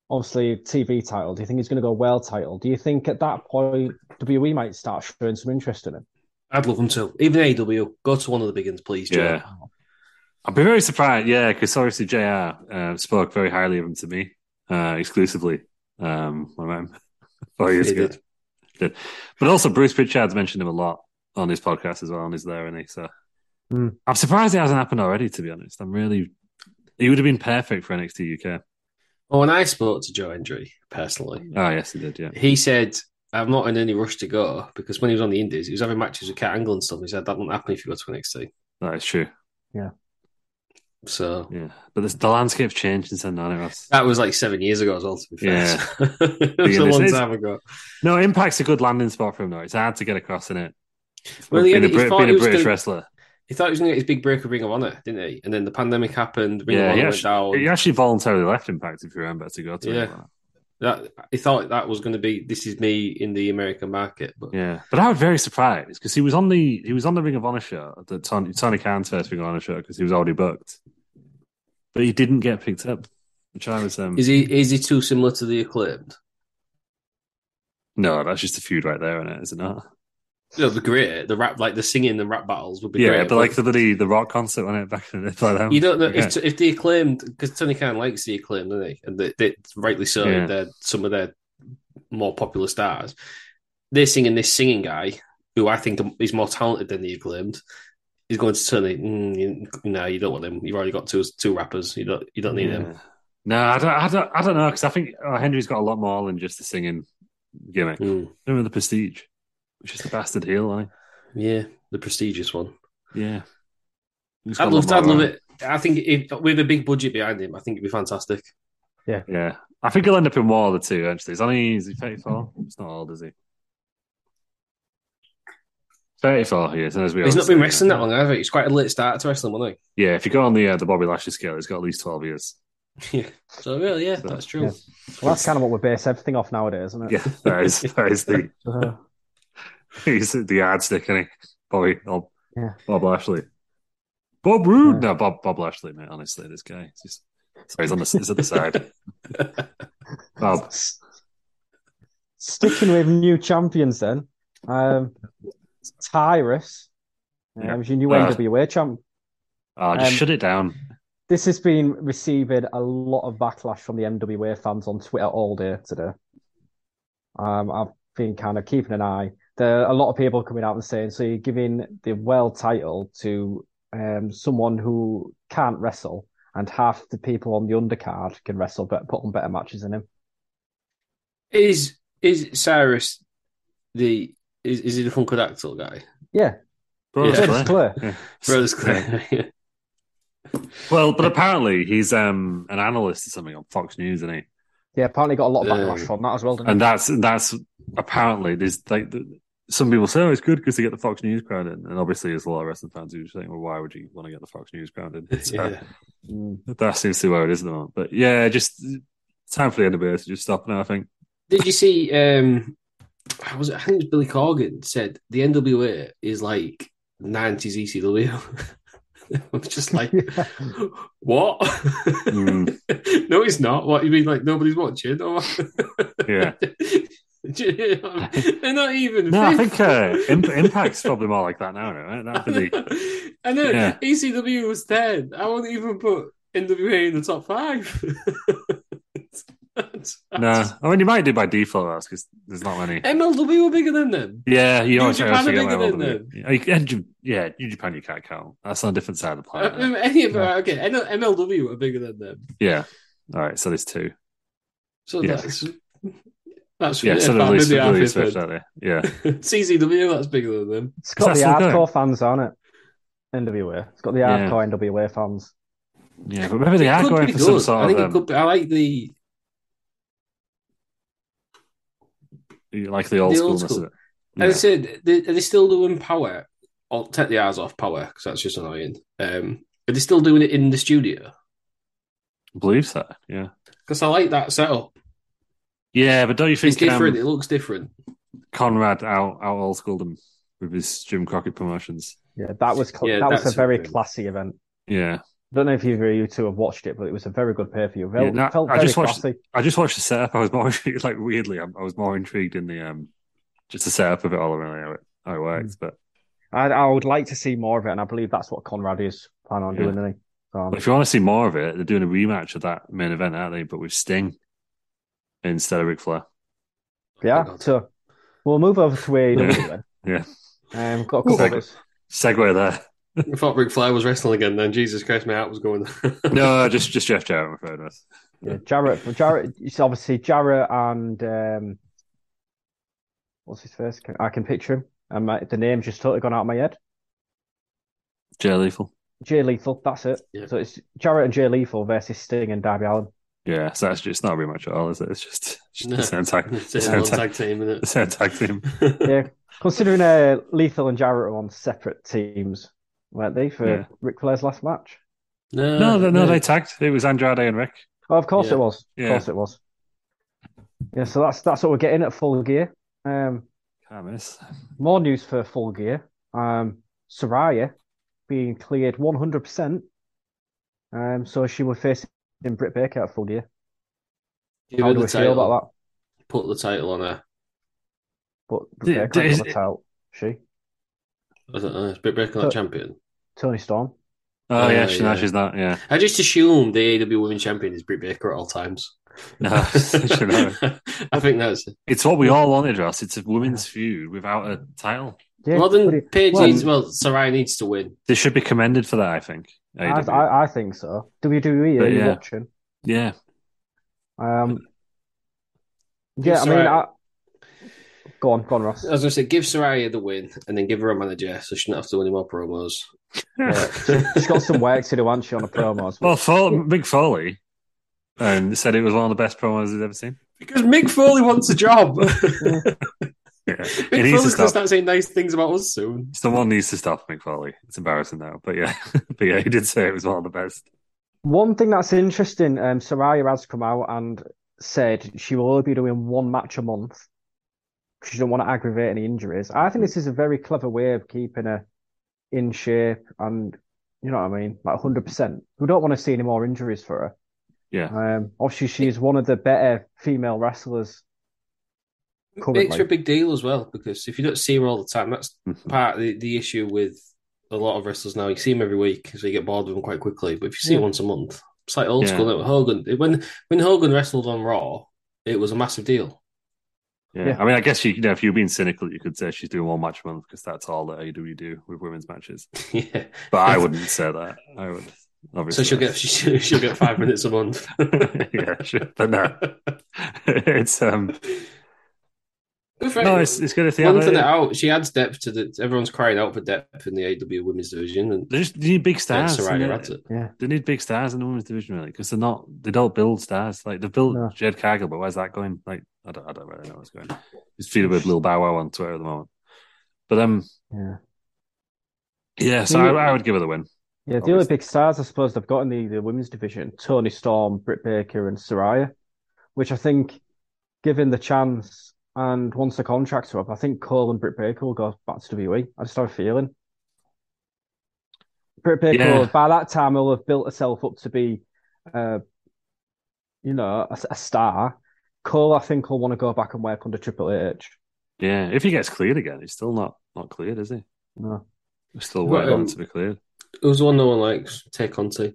Speaker 3: obviously TV title, do you think he's going to go world title? Do you think at that point WE might start showing some interest in him?
Speaker 2: I'd love him to. Even AW, go to one of the big ones, please, Joe.
Speaker 4: Yeah. I'd be very surprised, yeah, because obviously JR uh, spoke very highly of him to me uh, exclusively um, when I met him [LAUGHS] four years
Speaker 2: He
Speaker 4: ago.
Speaker 2: did.
Speaker 4: Did. But also, Bruce Pritchard's mentioned him a lot on his podcast as well, and he's there, and he so
Speaker 3: Hmm.
Speaker 4: I'm surprised it hasn't happened already. To be honest, I'm really he would have been perfect for NXT UK.
Speaker 2: Well, when Oh, I spoke to Joe Hendry personally,
Speaker 4: Oh yes, he did. Yeah,
Speaker 2: he said, I'm not in any rush to go because when he was on the Indies, he was having matches with Cat Angle and stuff. He said, That won't happen if you go to NXT.
Speaker 4: that is true.
Speaker 2: So
Speaker 4: Yeah, but this, the landscape's changed since then, hasn't it, Ross?
Speaker 2: that was like seven years ago as well, to be fair.
Speaker 4: Yeah.
Speaker 2: [LAUGHS] it was a
Speaker 4: Being
Speaker 2: long
Speaker 4: this-
Speaker 2: time ago.
Speaker 4: No, Impact's a good landing spot for him though. It's hard to get across in it.
Speaker 2: Well, he
Speaker 4: being a,
Speaker 2: had- he
Speaker 4: Brit-
Speaker 2: thought
Speaker 4: being
Speaker 2: he
Speaker 4: a
Speaker 2: was
Speaker 4: British
Speaker 2: gonna-
Speaker 4: wrestler,
Speaker 2: He thought he was going to get his big break of Ring of Honor, didn't he? And then the pandemic happened, Ring
Speaker 4: yeah,
Speaker 2: of
Speaker 4: he
Speaker 2: Honor
Speaker 4: actually, he
Speaker 2: went down.
Speaker 4: actually voluntarily left Impact, if you remember, to go to
Speaker 2: Yeah.
Speaker 4: Ireland.
Speaker 2: That, he thought that was going to be, this is me in the American market. But
Speaker 4: Yeah, but I was very surprised because he was on the he was on the Ring of Honor show, the Tony, Tony Khan's first Ring of Honor show because he was already booked, but he didn't get picked up, which I was um
Speaker 2: is he is he too similar to the acclaimed?
Speaker 4: no, that's just a feud right there, isn't it? Is it not?
Speaker 2: It would be great. The rap, like the singing and rap battles would be
Speaker 4: yeah,
Speaker 2: great.
Speaker 4: but like the bloody the rock concert on it back in the day, like that.
Speaker 2: You don't know
Speaker 4: Yeah.
Speaker 2: if, if the acclaimed because Tony Khan likes the acclaimed, doesn't he? And they, they rightly so.
Speaker 4: Yeah.
Speaker 2: They're some of their more popular stars. They're singing this singing guy who I think is more talented than the acclaimed. He's going to Tony. Mm, you- no, you don't want him. You've already got two two rappers. You don't you don't need him.
Speaker 4: Yeah. No, I don't, I don't, I don't know because I think uh, Henry's got a lot more than just the singing gimmick.
Speaker 2: Mm,
Speaker 4: Remember the Prestige, which is the bastard heel, like
Speaker 2: yeah, the prestigious one.
Speaker 4: yeah. He's got
Speaker 2: I'd
Speaker 4: a
Speaker 2: love to,
Speaker 4: lot
Speaker 2: I'd
Speaker 4: more,
Speaker 2: love
Speaker 4: right?
Speaker 2: it. I think if, with a big budget behind him, I think it'd be fantastic.
Speaker 4: Yeah, I think he'll end up in one of the two eventually. He's only is he thirty four? He's not old, is he? Thirty four. He is. and as we
Speaker 2: He's
Speaker 4: all
Speaker 2: not been
Speaker 4: say,
Speaker 2: wrestling
Speaker 4: yeah.
Speaker 2: that long, either. It's quite a late start to wrestling, wasn't
Speaker 4: Yeah, if you go on the uh, the Bobby Lashley scale, he's got at least twelve years.
Speaker 2: he? Yeah. So really, yeah, that's true.
Speaker 3: Yeah. Well, that's kind of what we base everything off nowadays, isn't it?
Speaker 4: Yeah, that is that
Speaker 2: [LAUGHS]
Speaker 4: is the
Speaker 3: Uh,
Speaker 4: he's the yardstick, isn't he? Bobby Bob,
Speaker 3: Yeah.
Speaker 4: Bob Lashley. Bob Roode.
Speaker 3: Yeah.
Speaker 4: No, Bob Bob Lashley, mate. Honestly, this guy. He's just, sorry, he's on the he's at
Speaker 2: [LAUGHS]
Speaker 4: the side. Bob.
Speaker 3: s- Sticking with new champions then, um, Tyrus, um,
Speaker 4: Yeah.
Speaker 3: is your new
Speaker 4: Uh,
Speaker 3: NWA champ.
Speaker 4: Oh, just
Speaker 3: Um,
Speaker 4: shut it down.
Speaker 3: This has been receiving a lot of backlash from the NWA fans on Twitter all day today. Um, I've been kind of keeping an eye. There are a lot of people coming out and saying, so you're giving the world title to um, someone who can't wrestle, and half the people on the undercard can wrestle, but put on better matches than him.
Speaker 2: Is is Cyrus the is is he the Funkadactyl guy?
Speaker 3: Yeah,
Speaker 4: Brothers
Speaker 2: Yeah.
Speaker 4: Blair.
Speaker 3: it's clear.
Speaker 4: Yeah.
Speaker 2: Brothers
Speaker 4: Yeah.
Speaker 2: [LAUGHS] Clay.
Speaker 4: Well, but apparently he's um an analyst or something on Fox News, isn't he?
Speaker 3: Yeah, apparently got a lot of backlash
Speaker 2: Um,
Speaker 3: from that as well, didn't
Speaker 4: And that's that's apparently there's like the, some people say oh, it's good because they get the Fox News crowd in, and obviously there's a lot of wrestling fans who just think, well, why would you want to get the Fox News crowd in? So
Speaker 2: Yeah.
Speaker 3: it? Mm.
Speaker 4: that seems to be where it is at the moment. But yeah, just time for the NBA to just stop now. I think
Speaker 2: Did you see um was it, I think it was Billy Corgan said the NWA is like nineties [LAUGHS] ECW. I'm just
Speaker 4: [LAUGHS]
Speaker 2: like
Speaker 3: Yeah.
Speaker 2: what?
Speaker 4: Mm.
Speaker 2: [LAUGHS] [LAUGHS] no, it's not. What you mean? Like nobody's watching? Or...
Speaker 4: Yeah.
Speaker 2: They're not even.
Speaker 4: No, I
Speaker 2: fifth.
Speaker 4: think uh, Imp- Impact's probably more like that now, right? That'd be the-
Speaker 2: [LAUGHS] I know
Speaker 4: Yeah.
Speaker 2: ECW was ten. I wouldn't even put NWA in the top five. [LAUGHS]
Speaker 4: no, I mean you might do by default that's because there's not many.
Speaker 2: MLW were bigger than them.
Speaker 4: Yeah, you
Speaker 2: New
Speaker 4: always
Speaker 2: Japan
Speaker 4: always
Speaker 2: are
Speaker 4: forget
Speaker 2: bigger
Speaker 4: about
Speaker 2: than
Speaker 4: all of it. Yeah, you- and you, yeah, New Japan you can't count. That's on a different side of the
Speaker 2: Uh, [LAUGHS]
Speaker 4: planet.
Speaker 2: um, any of- okay, I know MLW were bigger than them.
Speaker 4: Yeah. All right, so there's two.
Speaker 2: So
Speaker 4: Yeah.
Speaker 2: that's that's
Speaker 4: Yeah,
Speaker 2: yeah,
Speaker 4: so
Speaker 2: about
Speaker 4: they're least,
Speaker 2: maybe half
Speaker 4: they're
Speaker 2: his
Speaker 4: least fifth,
Speaker 2: head.
Speaker 4: aren't they? Yeah.
Speaker 2: [LAUGHS] CZW that's bigger than them.
Speaker 3: It's got
Speaker 4: Is
Speaker 3: the
Speaker 4: that still
Speaker 3: hardcore fans on it. NWA. It's got the
Speaker 4: Yeah.
Speaker 3: hardcore NWA fans.
Speaker 4: Yeah, but maybe they are
Speaker 2: Could
Speaker 4: going
Speaker 2: be
Speaker 4: for some
Speaker 2: good. I
Speaker 4: sort
Speaker 2: think
Speaker 4: of
Speaker 2: it could be. I like the
Speaker 4: um, like the old
Speaker 2: the
Speaker 4: schoolness
Speaker 2: old
Speaker 4: of
Speaker 2: school.
Speaker 4: it.
Speaker 2: As I
Speaker 4: Yeah.
Speaker 2: said, they, are they still doing power? I'll take the hours off power because that's just annoying. Um, are they still doing it in the studio?
Speaker 4: I believe so. Yeah.
Speaker 2: Because I like that setup.
Speaker 4: Yeah, but don't you
Speaker 2: It's
Speaker 4: think
Speaker 2: different. It
Speaker 4: um,
Speaker 2: looks different.
Speaker 4: Conrad out out old schooled him with his Jim Crockett promotions?
Speaker 3: Yeah, that was cl-
Speaker 2: Yeah,
Speaker 3: that was a
Speaker 2: that's
Speaker 3: very
Speaker 2: something.
Speaker 3: classy event.
Speaker 4: Yeah.
Speaker 3: I don't know if either of you two have watched it, but it was a very good pay per view.
Speaker 4: Yeah,
Speaker 3: Felt,
Speaker 4: no,
Speaker 3: felt
Speaker 4: I
Speaker 3: very
Speaker 4: just watched-
Speaker 3: classy.
Speaker 4: I just watched the setup. I was more [LAUGHS] intrigued, like weirdly, I, I was more intrigued in the um just the setup of it all around how it how it works.
Speaker 2: Hmm.
Speaker 4: But,
Speaker 3: I, I would like to see more of it, and I believe that's what Conrad is planning on
Speaker 4: Yeah.
Speaker 3: doing. Isn't he? So, um,
Speaker 4: but if you want to see more of it, they're doing a rematch of that main event, aren't they? But with Sting instead of Ric Flair.
Speaker 3: yeah,
Speaker 2: God.
Speaker 3: so we'll move over to
Speaker 4: [LAUGHS]
Speaker 3: AEW then.
Speaker 4: Yeah.
Speaker 3: Um, we've got a couple of
Speaker 4: Ooh.
Speaker 3: us.
Speaker 4: Segue there.
Speaker 2: I thought Ric Flair was wrestling again. Then Jesus Christ, my heart was going.
Speaker 4: [LAUGHS]
Speaker 2: [LAUGHS]
Speaker 4: No, uh, just just Jeff Jarrett, I'm afraid. Russ.
Speaker 3: Yeah, Jarrett, Jarrett, it's obviously Jarrett and um, what's his face? Can- I can picture him, and my, the name's just totally gone out of my head.
Speaker 4: Jay Lethal.
Speaker 3: Jay Lethal, that's it.
Speaker 2: Yeah.
Speaker 3: So it's Jarrett and Jay Lethal versus Sting and Darby Allen.
Speaker 4: Yeah, so that's just not a rematch at all, is it? It's [LAUGHS] just, it's just the same tag,
Speaker 2: It's
Speaker 4: the
Speaker 2: a
Speaker 4: same
Speaker 2: long
Speaker 4: tag,
Speaker 2: tag team,
Speaker 4: the
Speaker 2: isn't
Speaker 4: same tag team.
Speaker 2: it? [LAUGHS]
Speaker 3: Yeah, considering uh, Lethal and Jarrett are on separate teams, weren't they for
Speaker 4: Yeah.
Speaker 3: Ric Flair's last match?
Speaker 4: No, no, no, they tagged. It was Andrade and Rick.
Speaker 3: Oh, of course
Speaker 2: Yeah.
Speaker 3: it was. Of
Speaker 4: Yeah.
Speaker 3: course it was. Yeah, so that's that's what we're getting at Full Gear. Um,
Speaker 4: Can't miss.
Speaker 3: more news for Full Gear. Um, Soraya being cleared 100%. Um, so she will face in Britt Baker at Full Gear.
Speaker 2: Give
Speaker 3: How
Speaker 2: her
Speaker 3: do
Speaker 2: the
Speaker 3: we feel
Speaker 2: title.
Speaker 3: about
Speaker 2: Put the title on her.
Speaker 3: that? But
Speaker 4: Did-
Speaker 3: Britt Baker ain't
Speaker 4: is
Speaker 3: got the
Speaker 4: it-
Speaker 3: title. She,
Speaker 2: I don't know. It's Britt Baker not
Speaker 3: So-
Speaker 2: champion.
Speaker 3: Tony Storm.
Speaker 4: Oh,
Speaker 2: Oh,
Speaker 4: yeah, she, no,
Speaker 2: yeah.
Speaker 4: she's not. Yeah.
Speaker 2: I just assume the AEW Women's Champion is Britt Baker at all times.
Speaker 4: [LAUGHS] No, she's not.
Speaker 2: [LAUGHS] I think that's
Speaker 4: It's what we all wanted, Ross. It's a women's feud without a title.
Speaker 3: Yeah,
Speaker 2: well. Then
Speaker 3: bloody-
Speaker 2: Paige
Speaker 3: well,
Speaker 2: needs well. Sarai needs to win.
Speaker 4: They should be commended for that, I think.
Speaker 3: I,
Speaker 4: AEW.
Speaker 3: I, I think so. WWE, are
Speaker 4: E. But
Speaker 3: you
Speaker 4: yeah.
Speaker 3: watching?
Speaker 4: yeah.
Speaker 3: Um, yeah, I
Speaker 2: It's
Speaker 3: mean, I...
Speaker 2: alright.
Speaker 3: go on, go
Speaker 2: [LAUGHS]
Speaker 3: on, Ross.
Speaker 2: I was going to say, give Soraya the win and then give her a manager so she doesn't have to do any more promos.
Speaker 4: [LAUGHS]
Speaker 3: She's got some work to do, hasn't she, on the promos?
Speaker 4: well, Fo- Big Foley um, said it was one of the best promos he's ever seen.
Speaker 2: Because Mick Foley wants a job. [LAUGHS]
Speaker 4: Yeah. It
Speaker 2: Mick
Speaker 4: needs to
Speaker 2: Foley's going to
Speaker 4: stop.
Speaker 2: start saying nice things about us soon.
Speaker 4: Someone needs to stop Mick Foley. It's embarrassing now, but yeah, [LAUGHS] but yeah, he did say it was one of the best.
Speaker 3: One thing that's interesting, um, Soraya has come out and said she will only be doing one match a month. 'cause She doesn't want to aggravate any injuries. I think this is a very clever way of keeping her in shape and, you know what I mean, like 100%. We don't want to see any more injuries for
Speaker 4: Yeah,
Speaker 2: Uh,
Speaker 3: her. Um, obviously, she's one of the better female wrestlers. Currently.
Speaker 2: Makes her a big deal as well because if you don't see her all the time, that's part of the, the issue with a lot of wrestlers now. You see them every week, so you get bored of them quite quickly. But if you see
Speaker 3: Yeah.
Speaker 2: once a month, it's like old
Speaker 4: Yeah.
Speaker 2: school. isn't it? Hogan when when Hogan wrestled on Raw, it was a massive deal. [LAUGHS]
Speaker 4: yeah.
Speaker 3: Yeah.
Speaker 4: I mean, I guess you, you know, if you're being cynical, you could say she's doing one match a month because that's all that AEW do with women's matches.
Speaker 2: yeah,
Speaker 4: But I wouldn't say that. I would
Speaker 2: so
Speaker 4: obviously.
Speaker 2: she'll
Speaker 4: [LAUGHS]
Speaker 2: get she, [LAUGHS] she'll get five minutes a month.
Speaker 4: yeah, sure. but no, [LAUGHS] it's um,
Speaker 2: Good for
Speaker 4: no,
Speaker 2: her.
Speaker 4: it's it's good if they have
Speaker 2: Lengthen it
Speaker 4: it.
Speaker 2: out. She adds depth to the. Everyone's crying out for depth in the AW Women's Division, and
Speaker 4: They just they need big
Speaker 2: yeah,
Speaker 4: stars.
Speaker 2: Soraya
Speaker 4: and
Speaker 2: adds
Speaker 4: they,
Speaker 2: it.
Speaker 4: they need big stars in the women's division, really, because they're not. They don't build stars. Like they've built
Speaker 3: No.
Speaker 4: Jed Cargill, but where's that going? Like I don't, I don't really know what's going. on. He's feeding with Lil Bow Wow on Twitter at the moment. But um,
Speaker 3: Yeah.
Speaker 4: yeah. So
Speaker 3: Yeah.
Speaker 4: I, I would give her the win.
Speaker 3: Yeah, the only
Speaker 4: Obviously.
Speaker 3: big stars I suppose they've got in the, the women's division, Tony Storm, Britt Baker and Soraya, which I think given the chance and once the contracts are up, I think Cole and Britt Baker will go back to WWE. I just have a feeling. Britt Baker
Speaker 4: Yeah.
Speaker 3: will- by that time will have built herself up to be uh you know, a, a star. Cole, I think, will want to go back and work under Triple H.
Speaker 4: Yeah, if he gets cleared again, he's still not not cleared, is he?
Speaker 3: No.
Speaker 4: He's still
Speaker 2: Well,
Speaker 4: waiting
Speaker 2: um,
Speaker 4: on to be cleared.
Speaker 2: Who's the one no one likes? Take on T.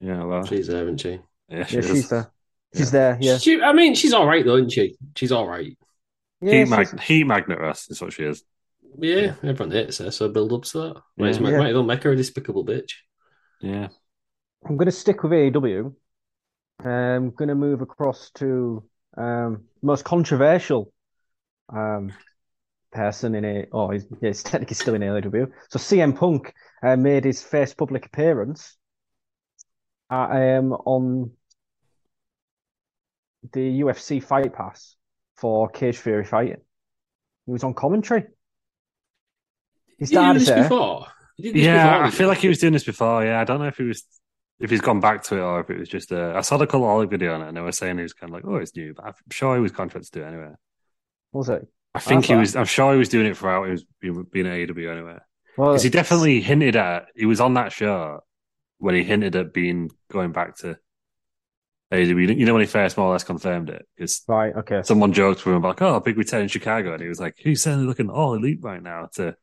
Speaker 4: Yeah, well,
Speaker 2: She's there, isn't she?
Speaker 4: yeah, she
Speaker 3: Yeah,
Speaker 4: is.
Speaker 3: she's there. She's there, yeah.
Speaker 2: She, I mean, she's all right though, isn't she? She's all right.
Speaker 3: Yeah,
Speaker 4: heat,
Speaker 3: she's-
Speaker 4: mag- heat magnet us is what she is.
Speaker 2: Yeah, everyone hates her, so build up to that. Might as
Speaker 4: Yeah.
Speaker 2: well-
Speaker 3: Yeah.
Speaker 2: might as well make her a despicable bitch.
Speaker 4: Yeah,
Speaker 3: I'm going to stick with AEW. I'm going to move across to um, most controversial um, person in a. Oh, he's, yeah, he's technically still in AEW. So CM Punk uh, made his first public appearance at, um, on the UFC Fight Pass for Cage Fury fighting. He was on commentary. His
Speaker 2: Did he do
Speaker 3: dad is
Speaker 2: this
Speaker 3: there.
Speaker 2: before? He did this
Speaker 4: yeah.
Speaker 2: before,
Speaker 4: I feel like he
Speaker 2: didn't
Speaker 4: was doing this before. Yeah, I don't know if he was if he's gone back to it or if it was just. Uh, I saw the Cole Olive video on it, and they were saying he was kind of like, "Oh, it's new," but I'm sure he was contracted to do it anyway.
Speaker 3: Was it?
Speaker 4: I think he
Speaker 3: thought-
Speaker 4: was. I'm sure he was doing it for out. He was being being at AEW anyway.
Speaker 3: Well,
Speaker 4: Because he definitely hinted at he was on that show when he hinted at being going back to AEW. You know when he first more or less confirmed it because
Speaker 3: right. Okay.
Speaker 4: someone joked with him like, "Oh, big return in Chicago," and he was like, "He's certainly looking all elite right now." To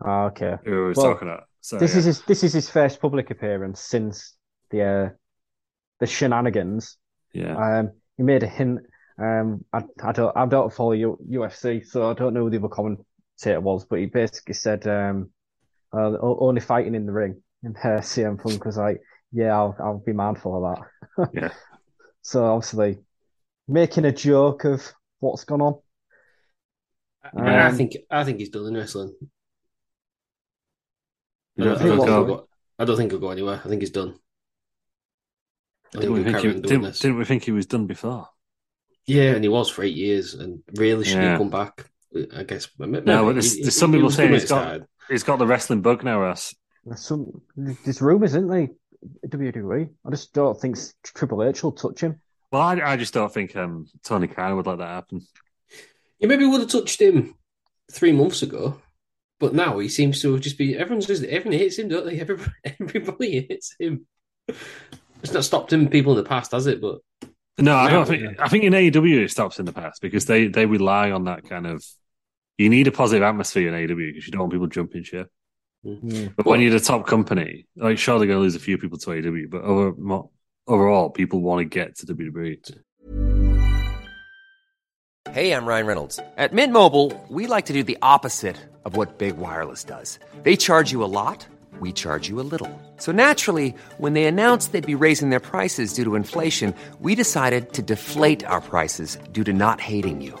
Speaker 3: Ah, okay.
Speaker 4: who we were
Speaker 3: Well,
Speaker 4: talking about. So
Speaker 3: this
Speaker 4: yeah.
Speaker 3: is his this is his first public appearance since the uh, the shenanigans.
Speaker 4: yeah.
Speaker 3: Um, he made a hint. Um, I, I don't I don't follow U, UFC, so I don't know who the other commentator was, but he basically said um, uh, o- only fighting in the ring. And uh, CM Punk was like, "Yeah, I'll I'll be mindful of that." [LAUGHS]
Speaker 4: Yeah.
Speaker 3: So obviously, making a joke of what's gone on.
Speaker 2: he? I, mean, I
Speaker 3: Um,
Speaker 2: think I think he's done in wrestling.
Speaker 4: You
Speaker 2: I
Speaker 4: don't
Speaker 2: don't,
Speaker 3: think
Speaker 2: I don't
Speaker 3: he'll
Speaker 2: think
Speaker 4: go-
Speaker 2: he'll go, I don't think he'll go anywhere. I think he's done. I
Speaker 4: didn't we
Speaker 2: he'll
Speaker 4: think
Speaker 2: carry
Speaker 4: he
Speaker 2: on doing
Speaker 4: didn't,
Speaker 2: this.
Speaker 4: didn't we think he was done before?
Speaker 2: Yeah, and he was for eight years, and really should
Speaker 4: Yeah.
Speaker 2: he come back? I guess. No,
Speaker 4: but there's- there's some people saying he's got-
Speaker 2: Side.
Speaker 4: He's got the wrestling bug now, Russ.
Speaker 3: There's some there's rumors, isn't they? WWE. E. I just don't think Triple H will touch him.
Speaker 4: Well, I, I just don't think um, Tony Khan would let that happen.
Speaker 2: You maybe would have touched him three months ago, but now he seems to have just be. Everyone's just everyone hates him, don't they? [LAUGHS] Everybody, everybody hates him. It's not stopped him people in the past, has it? But
Speaker 4: No, I
Speaker 2: No,
Speaker 4: don't think. I think in AEW it stops in the past because they they rely on that kind of. You need a positive atmosphere in AEW because you don't want people jumping ship. But when you're the top company, like sure they're going to lose a few people to AEW, but over, mo- overall people want to get to E. WWE.
Speaker 5: Hey, I'm Ryan Reynolds. At Mint Mobile, we like to do the opposite of what Big Wireless does. They charge you a lot, we charge you a little. So naturally, when they announced they'd be raising their prices due to inflation, we decided to deflate our prices due to not hating you.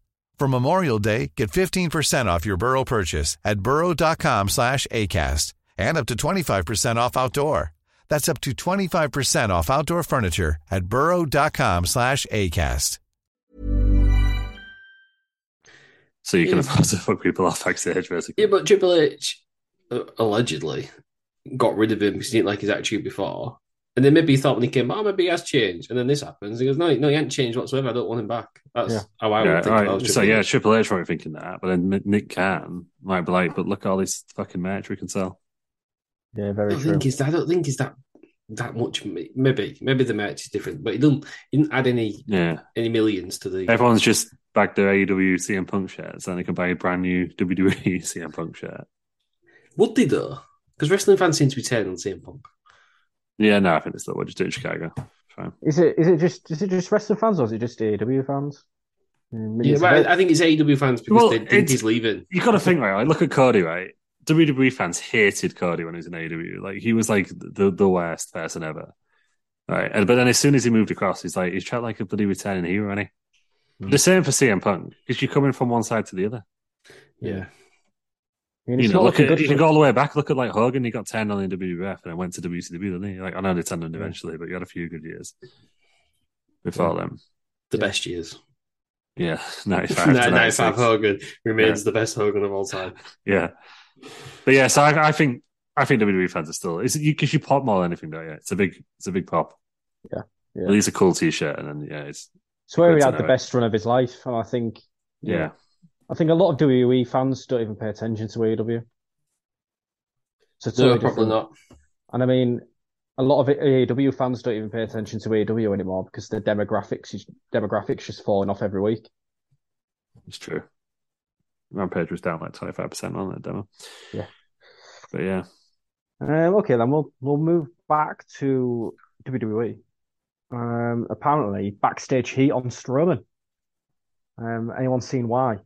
Speaker 6: For Memorial Day, get 15% off your Burrow purchase at burrow.com/acast and up to 25% off outdoor. That's up to 25% off outdoor furniture at burrow.com/acast.
Speaker 4: so you can
Speaker 2: Yeah.
Speaker 4: afford to fuck people off backstage, basically.
Speaker 2: Yeah, but Triple H uh, allegedly got rid of him because he didn't like his attitude before. And then maybe he thought when he came back, oh, maybe he has changed. And then this happens. He goes, no, no, he hasn't changed whatsoever. I don't want him back. That's
Speaker 3: Yeah.
Speaker 2: how I
Speaker 4: yeah,
Speaker 2: would think
Speaker 4: alright,
Speaker 2: about Triple
Speaker 4: so yeah,
Speaker 2: H.
Speaker 4: Triple H might be thinking that, but then M- Nick Khan might be like, "But look, at all this fucking merch we can sell."
Speaker 3: Yeah,
Speaker 2: I
Speaker 3: very
Speaker 2: don't
Speaker 3: true.
Speaker 2: think he's. I don't think he's that that much. m- Maybe maybe the merch is different, but he didn't. He didn't add any
Speaker 4: Yeah,
Speaker 2: any millions to the.
Speaker 4: everyone's just back their E AEW CM Punk shirts, and they can buy a brand new WWE [LAUGHS] CM Punk shirt.
Speaker 2: Would they though? Because wrestling fans seem to be turning on CM Punk.
Speaker 4: Yeah, no, I think it's still what you do in Chicago. Fine.
Speaker 3: Is it is it just is it just wrestling fans or is it just AEW fans? Mm,
Speaker 2: Yeah,
Speaker 3: it's
Speaker 2: but
Speaker 3: about-
Speaker 2: I, I think it's AEW fans because
Speaker 4: Well,
Speaker 2: they think
Speaker 4: it's-
Speaker 2: he's leaving.
Speaker 4: You got to think right. Like, look at Cody, right? WWE fans hated Cody when he was in AEW. Like he was like the the worst person ever, right? And, but then as soon as he moved across, he's like he's tried like a bloody returning hero, and he. The same for CM Punk because you're coming from one side to the other.
Speaker 2: Yeah,
Speaker 3: I mean,
Speaker 4: You
Speaker 3: it's
Speaker 4: know,
Speaker 3: not
Speaker 4: look
Speaker 3: looking
Speaker 4: at,
Speaker 3: good
Speaker 4: you
Speaker 3: for-
Speaker 4: can go all the way back. Look at like Hogan; he got turned on in WWF and then went to WCW. Didn't he? Like I know they turned on eventually, but you had a few good years before them.
Speaker 2: the best years.
Speaker 4: Yeah, [LAUGHS]
Speaker 2: [LAUGHS]
Speaker 4: ninety five.
Speaker 2: Nine nine five Hogan remains the best Hogan of all time.
Speaker 4: Yeah, but yeah, so I, I think I think WWE fans are still is you because you pop more than anything, don't you? It's a big it's a big pop.
Speaker 3: Yeah, yeah.
Speaker 4: At least a cool T-shirt, and then yeah, it's
Speaker 3: It's where he
Speaker 4: That's
Speaker 3: had the
Speaker 4: another-
Speaker 3: best run of his life, and I think
Speaker 4: yeah.
Speaker 3: I think a lot of WWE fans don't even pay attention to AEW. So it's
Speaker 2: No,
Speaker 3: totally
Speaker 2: probably
Speaker 3: different.
Speaker 2: not.
Speaker 3: And I mean, a lot of AEW fans don't even pay attention to AEW anymore because the demographics is demographics just falling off every week.
Speaker 4: It's true. Rampage was down like twenty five percent on that demo.
Speaker 3: Yeah.
Speaker 4: but yeah,
Speaker 3: Um, okay, then we'll we'll move back to WWE. Um, apparently, backstage heat on Strowman. Um, anyone seen why?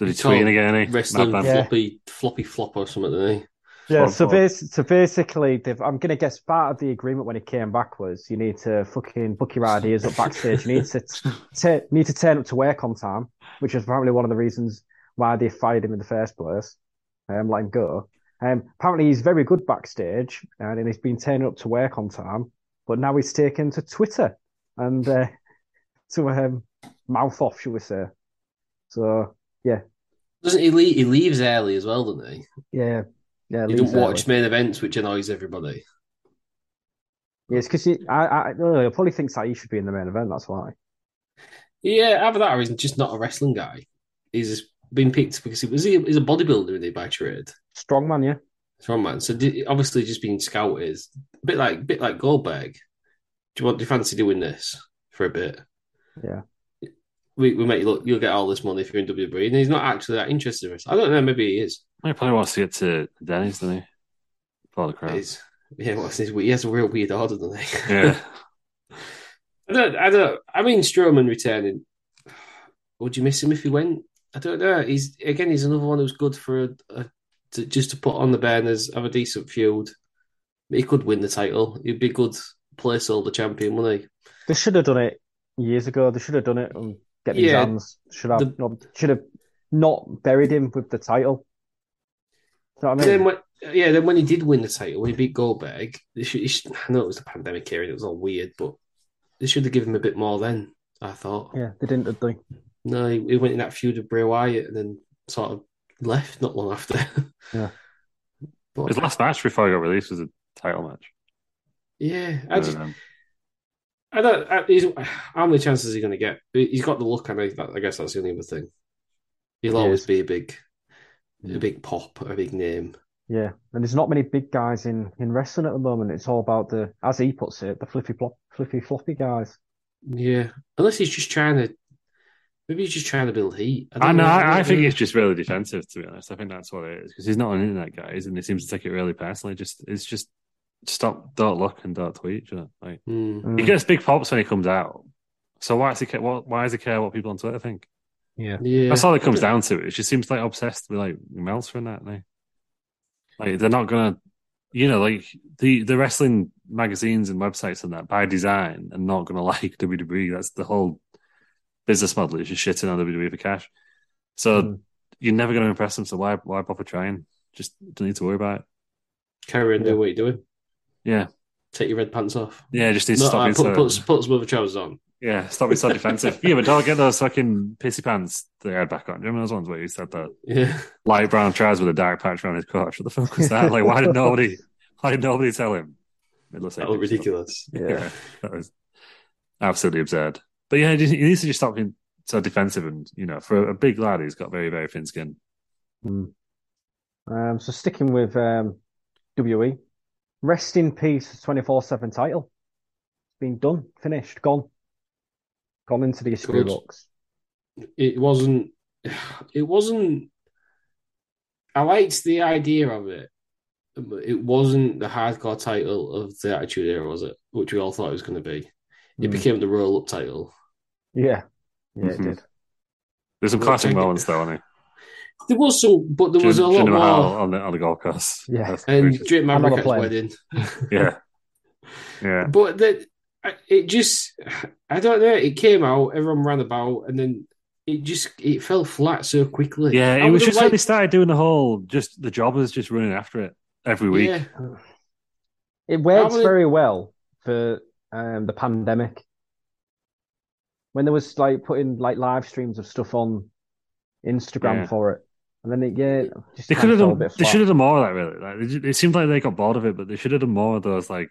Speaker 4: did he
Speaker 2: It's all
Speaker 4: tweet again? Eh?
Speaker 2: Wrestling
Speaker 4: Madman.
Speaker 3: Yeah.
Speaker 2: floppy floppy flop or something. Didn't he?
Speaker 3: Yeah,
Speaker 4: Fun
Speaker 3: so,
Speaker 4: part.
Speaker 3: bas- so basically, they've, I'm going to guess part of the agreement when he came back was you need to fucking book your ideas up backstage. you need to t- t- need to turn up to work on time, which is apparently one of the reasons why they fired him in the first place, um, let him go. Um, apparently, he's very good backstage and, he's been turning up to work on time, but now he's taken to Twitter and uh, [LAUGHS] to um, mouth off, shall we say. So,
Speaker 2: Doesn't he? Leave, he leaves early as well, doesn't he?
Speaker 3: yeah, yeah,
Speaker 2: He
Speaker 3: leaves
Speaker 2: doesn't
Speaker 3: early.
Speaker 2: watch main events, which annoys everybody.
Speaker 3: Yes, because I, I, I don't know, he probably thinks that he should be in the main event. That's why.
Speaker 2: Yeah, either that or he's just not a wrestling guy. He's been picked because he was he, he's a bodybuilder, isn't he, by trade?
Speaker 3: Strongman, yeah.
Speaker 2: Strong man. So di- obviously, just being scouted, a bit like bit like Goldberg. Do you want? Do you fancy doing this for a bit?
Speaker 3: Yeah.
Speaker 2: We we make you look. You'll get all this money if you're in WWE, and he's not actually that interested in us. I don't know. Maybe he is.
Speaker 4: He probably wants to get to Denny's, doesn't he? Before the crowd.
Speaker 2: He's, yeah. What's this? He has a real weird order, doesn't he? [LAUGHS]
Speaker 4: Yeah.
Speaker 2: I don't. I don't. I mean, Strowman returning. Would you miss him if he went? I don't know. He's again. He's another one who's good for a, a, to, just to put on the burners, have a decent feud. He could win the title. He'd be a good placeholder champion, wouldn't he?
Speaker 3: They should have done it years ago. They should have done it and get these
Speaker 2: Yeah,
Speaker 3: hands. Should have
Speaker 2: the-
Speaker 3: no, should have not buried him with the title. Do you know
Speaker 2: But
Speaker 3: what I mean?
Speaker 2: then when, yeah, then when he did win the title, when he beat Goldberg, they should, he should, I know it was the pandemic era and it was all weird, but they should have given him a bit more then. I thought.
Speaker 3: Yeah, they didn't, did they?
Speaker 2: No, he, he went in that feud with Bray Wyatt and then sort of left not long after.
Speaker 3: Yeah.
Speaker 2: [LAUGHS] But-
Speaker 4: His last match before he got released was a title match.
Speaker 2: yeah, I just,
Speaker 4: Um,
Speaker 2: I don't. I, he's, how many chances is he going to get? He- He's got the look, and I, that- I guess that's the only other thing. He'll
Speaker 3: Yes.
Speaker 2: always be a big, a big pop, a big name.
Speaker 3: Yeah, and there's not many big guys in in wrestling at the moment. It's all about the, as he puts it, the flippy flop, flippy floppy guys.
Speaker 2: Yeah, unless he's just trying to. Maybe he's just trying to build heat.
Speaker 4: I
Speaker 2: don't
Speaker 4: know.
Speaker 2: don't
Speaker 4: I, I think it's just really defensive, to be honest. I think that's what it is because he's not an internet guy, is he? and he seems to take it really personally. Just it's just stop, don't look and don't tweet. You know? Like
Speaker 2: Hmm.
Speaker 4: he
Speaker 3: Mm,
Speaker 4: gets big pops when he comes out. So why does he care? What, why does he care what people on Twitter think?
Speaker 2: Yeah,
Speaker 4: That's all it comes down to. It just seems like obsessed with like Mel's from that. Now. Like they're not gonna, you know, like the the wrestling magazines and websites and that by design are not gonna [LAUGHS] like WWE. That's the whole business model. It's just shitting on WWE for cash. So
Speaker 2: Hmm.
Speaker 3: Mm.
Speaker 4: you're never gonna impress them. So why why bother trying? Just don't need to worry about it.
Speaker 2: Carry on doing what you're doing.
Speaker 4: Yeah,
Speaker 2: Take your red pants off.
Speaker 4: yeah. Just need to
Speaker 2: No,
Speaker 4: stop.
Speaker 2: uh,
Speaker 4: being
Speaker 2: put,
Speaker 4: so-
Speaker 2: put, put some other trousers on. [LAUGHS]
Speaker 4: Yeah, stop being so defensive. Yeah, but don't get those fucking pissy pants they had back on. Do you remember those ones where you said that?
Speaker 2: Yeah.
Speaker 4: Light brown trousers with a dark patch around his crotch. What the fuck was that? Like, why did nobody? Why did nobody tell him? It looks
Speaker 7: That looked
Speaker 4: this stuff.
Speaker 7: ridiculous.
Speaker 4: Yeah. that was absolutely absurd. But yeah, he needs to just stop being so defensive. And you know, for a big lad who's got very very thin skin,
Speaker 3: Hmm. Um, so sticking with um, WE, rest in peace, twenty four seven title. It's been done, finished, gone, gone into the history
Speaker 2: Good.
Speaker 3: books.
Speaker 2: it wasn't [SIGHS] it wasn't I liked the idea of it, but it wasn't the hardcore title of the Attitude Era, was it? Which we all thought it was going to be. It
Speaker 3: Mm.
Speaker 2: became the roll up title.
Speaker 3: Yeah, yeah, it
Speaker 4: Mhm.
Speaker 3: did.
Speaker 4: there's some
Speaker 2: Well,
Speaker 4: classic
Speaker 2: take it.
Speaker 4: moments though, aren't
Speaker 2: There was some, but
Speaker 4: there?
Speaker 2: there was a lot
Speaker 4: Jinder Mahal
Speaker 2: more.
Speaker 4: on the on the golf course.
Speaker 3: Yeah.
Speaker 4: That's
Speaker 2: And
Speaker 4: outrageous.
Speaker 2: Drake
Speaker 3: Another
Speaker 2: Maverick at his
Speaker 3: plane.
Speaker 2: wedding.
Speaker 4: yeah, yeah.
Speaker 2: But the, it just, I don't know. It came out, everyone ran about, and then it just it fell flat so quickly.
Speaker 4: Yeah,
Speaker 2: I
Speaker 4: it was
Speaker 2: would've
Speaker 4: just when they
Speaker 2: liked-
Speaker 4: started doing the whole just the jobbers just running after it every week.
Speaker 2: Yeah,
Speaker 3: It works
Speaker 2: would-
Speaker 3: very well for um, the pandemic. When there was like putting like live streams of stuff on Instagram
Speaker 4: Yeah.
Speaker 3: for it, and then it yeah, just
Speaker 4: They
Speaker 3: kind
Speaker 4: could have
Speaker 3: of fell
Speaker 4: done.
Speaker 3: a bit
Speaker 4: They
Speaker 3: flat.
Speaker 4: should have done more of that. Really, like they ju- it seemed like they got bored of it, but they should have done more of those. Like,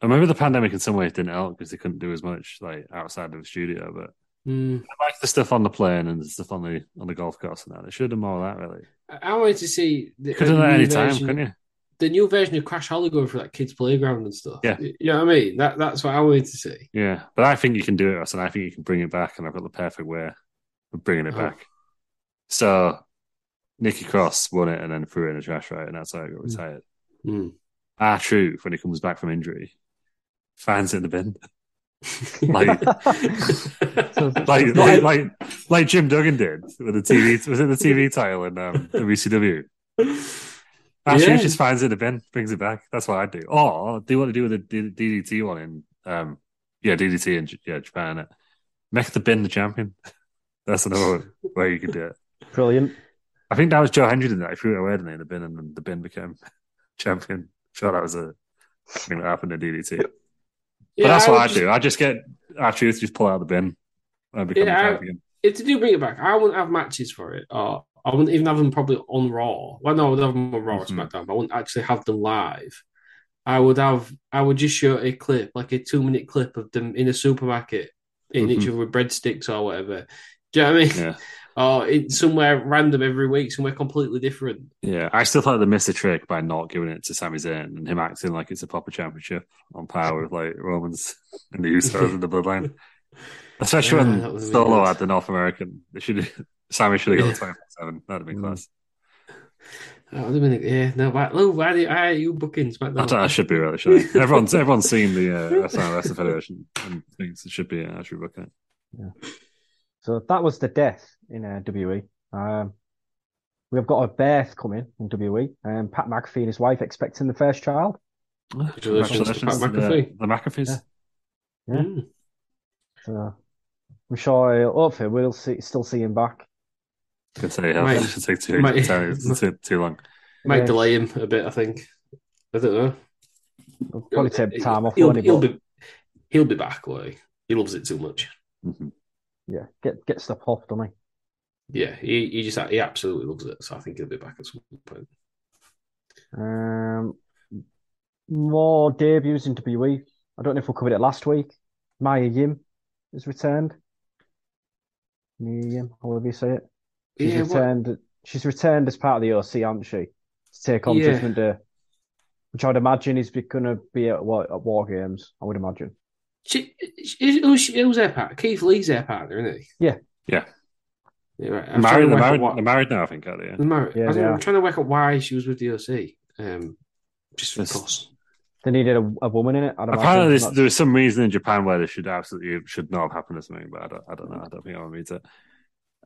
Speaker 4: I remember the pandemic in some ways didn't help because they couldn't do as much like outside of the studio. But
Speaker 2: Mm.
Speaker 4: I like the stuff on the plane and the stuff on the on the golf course and that. They should have done more of that. Really,
Speaker 2: I I wanted to see the,
Speaker 4: you could have done
Speaker 2: a
Speaker 4: that
Speaker 2: new
Speaker 4: any time,
Speaker 2: version-
Speaker 4: couldn't you?
Speaker 2: the new version of Crash Hollow going for that kids' playground and stuff.
Speaker 4: Yeah.
Speaker 2: you know what I mean. That that's what I wanted to see.
Speaker 4: Yeah, but I think you can do it, Russ, and I think you can bring it back. And I've got the perfect way of bringing it
Speaker 2: Oh.
Speaker 4: back. So Nikki Cross won it and then threw it in the trash, right? And that's how it
Speaker 2: Hmm.
Speaker 4: got retired.
Speaker 2: Mm.
Speaker 4: Our truth when he comes back from injury, finds it in the bin.
Speaker 2: [LAUGHS]
Speaker 4: [LAUGHS] Like,
Speaker 3: [LAUGHS]
Speaker 4: like, like, like, like Jim Duggan did with the TV. Was it
Speaker 2: [LAUGHS]
Speaker 4: the TV title in um, WCW? Ash
Speaker 2: Yeah.
Speaker 4: Hughes just finds it in the bin, brings it back. That's what I do. Or do what they do with the D- DDT one in, um, yeah, DDT in J- yeah, Japan. It. Make the bin the champion. [LAUGHS] That's another way you could do it.
Speaker 3: Brilliant.
Speaker 4: I think that was Joe Hendry did that. He threw it away didn't he, in the bin, and then the bin became [LAUGHS] champion. Sure, that was a thing that happened in DDT. But
Speaker 2: Yeah,
Speaker 4: that's what I,
Speaker 2: would
Speaker 4: do. I just get our truth, just pull out of the bin and become
Speaker 2: Yeah, I-
Speaker 4: a champion.
Speaker 2: If they do bring it back, I wouldn't have matches for it. Or I wouldn't even have them probably on Raw. Well, no, I would have them on Raw or
Speaker 4: Mhm.
Speaker 2: SmackDown. But I wouldn't actually have them live. I would have. I would just show a clip, like a two-minute clip of them in a supermarket eating each
Speaker 4: Mhm.
Speaker 2: other with breadsticks or whatever. Do you know what I mean?
Speaker 4: Yeah.
Speaker 2: [LAUGHS] Or in somewhere random every week, somewhere completely different.
Speaker 4: Yeah, I still thought they missed a trick by not giving it to Sami Zayn and him acting like it's a proper championship on par with like Romans [LAUGHS] and the Usos and
Speaker 2: [LAUGHS]
Speaker 4: the Bloodline. Especially
Speaker 2: Yeah, that
Speaker 4: when
Speaker 2: would've been
Speaker 4: Solo
Speaker 2: good.
Speaker 4: had the North American. They should Sammy should have [LAUGHS] got
Speaker 2: Yeah.
Speaker 4: the twenty four seven. That'd have been
Speaker 3: Mm.
Speaker 4: class.
Speaker 2: That would have been, yeah, no, why, look, why, do, why are you booking SmackDown?
Speaker 4: I, don't, I should be
Speaker 2: [LAUGHS]
Speaker 4: really should I? Everyone's everyone's seen the uh, SNL Wrestling Federation and thinks it should be uh, actually booking it.
Speaker 3: So that was the death in uh, WE. Um, we've got a birth coming in WE. Um, Pat McAfee and his wife expecting the first child.
Speaker 2: Congratulations to Pat
Speaker 4: to the-
Speaker 2: McAfee.
Speaker 4: The, McAfee's.
Speaker 3: Yeah. Yeah.
Speaker 2: Mm.
Speaker 3: So I'm sure uh, hopefully we'll see, still see him back.
Speaker 4: Can say how
Speaker 2: Mate.
Speaker 4: it should take too,
Speaker 2: Mate.
Speaker 4: sorry, it's too, too long.
Speaker 2: Might
Speaker 3: Yeah.
Speaker 2: delay him a bit, I think. I don't know.
Speaker 3: He'll probably take time off.
Speaker 2: He'll,
Speaker 3: won't he?
Speaker 2: he'll
Speaker 3: But,
Speaker 2: be, he'll be back, will he? He loves it too much.
Speaker 4: Mhm.
Speaker 3: yeah, get get stuff off, don't he?
Speaker 2: Yeah, he, he just he absolutely loves it. So I think he'll be back at some point.
Speaker 3: Um, more debuts in WE. I don't know if we covered it last week. Maya Yim has returned. Maya Yim, however you say it. She's
Speaker 2: Yeah, what,
Speaker 3: returned. She's returned as part of the OC, hasn't she? To take on
Speaker 2: Yeah.
Speaker 3: Judgment Day, which I'd imagine is going to be at what at War Games. I would imagine.
Speaker 2: she, she, who's, she- who's their partner? Keith Lee's their partner, isn't he?
Speaker 3: Yeah.
Speaker 4: Yeah.
Speaker 2: Yeah, right. I'm trying to
Speaker 4: Married, they're,
Speaker 2: work out
Speaker 4: married,
Speaker 2: what-
Speaker 4: they're married now, I think, aren't they?
Speaker 2: they're married.
Speaker 3: Yeah,
Speaker 2: I
Speaker 3: they
Speaker 2: don't know,
Speaker 3: are.
Speaker 2: I'm trying to work out why she was with the OC. Um, just
Speaker 4: That's-
Speaker 2: because.
Speaker 3: They needed a, a woman in it. I'd imagine.
Speaker 4: Apparently, there's,
Speaker 3: That's-
Speaker 4: there was some reason in Japan where this should absolutely it should not have happened or something, but I don't, I don't know. I don't think I reads it.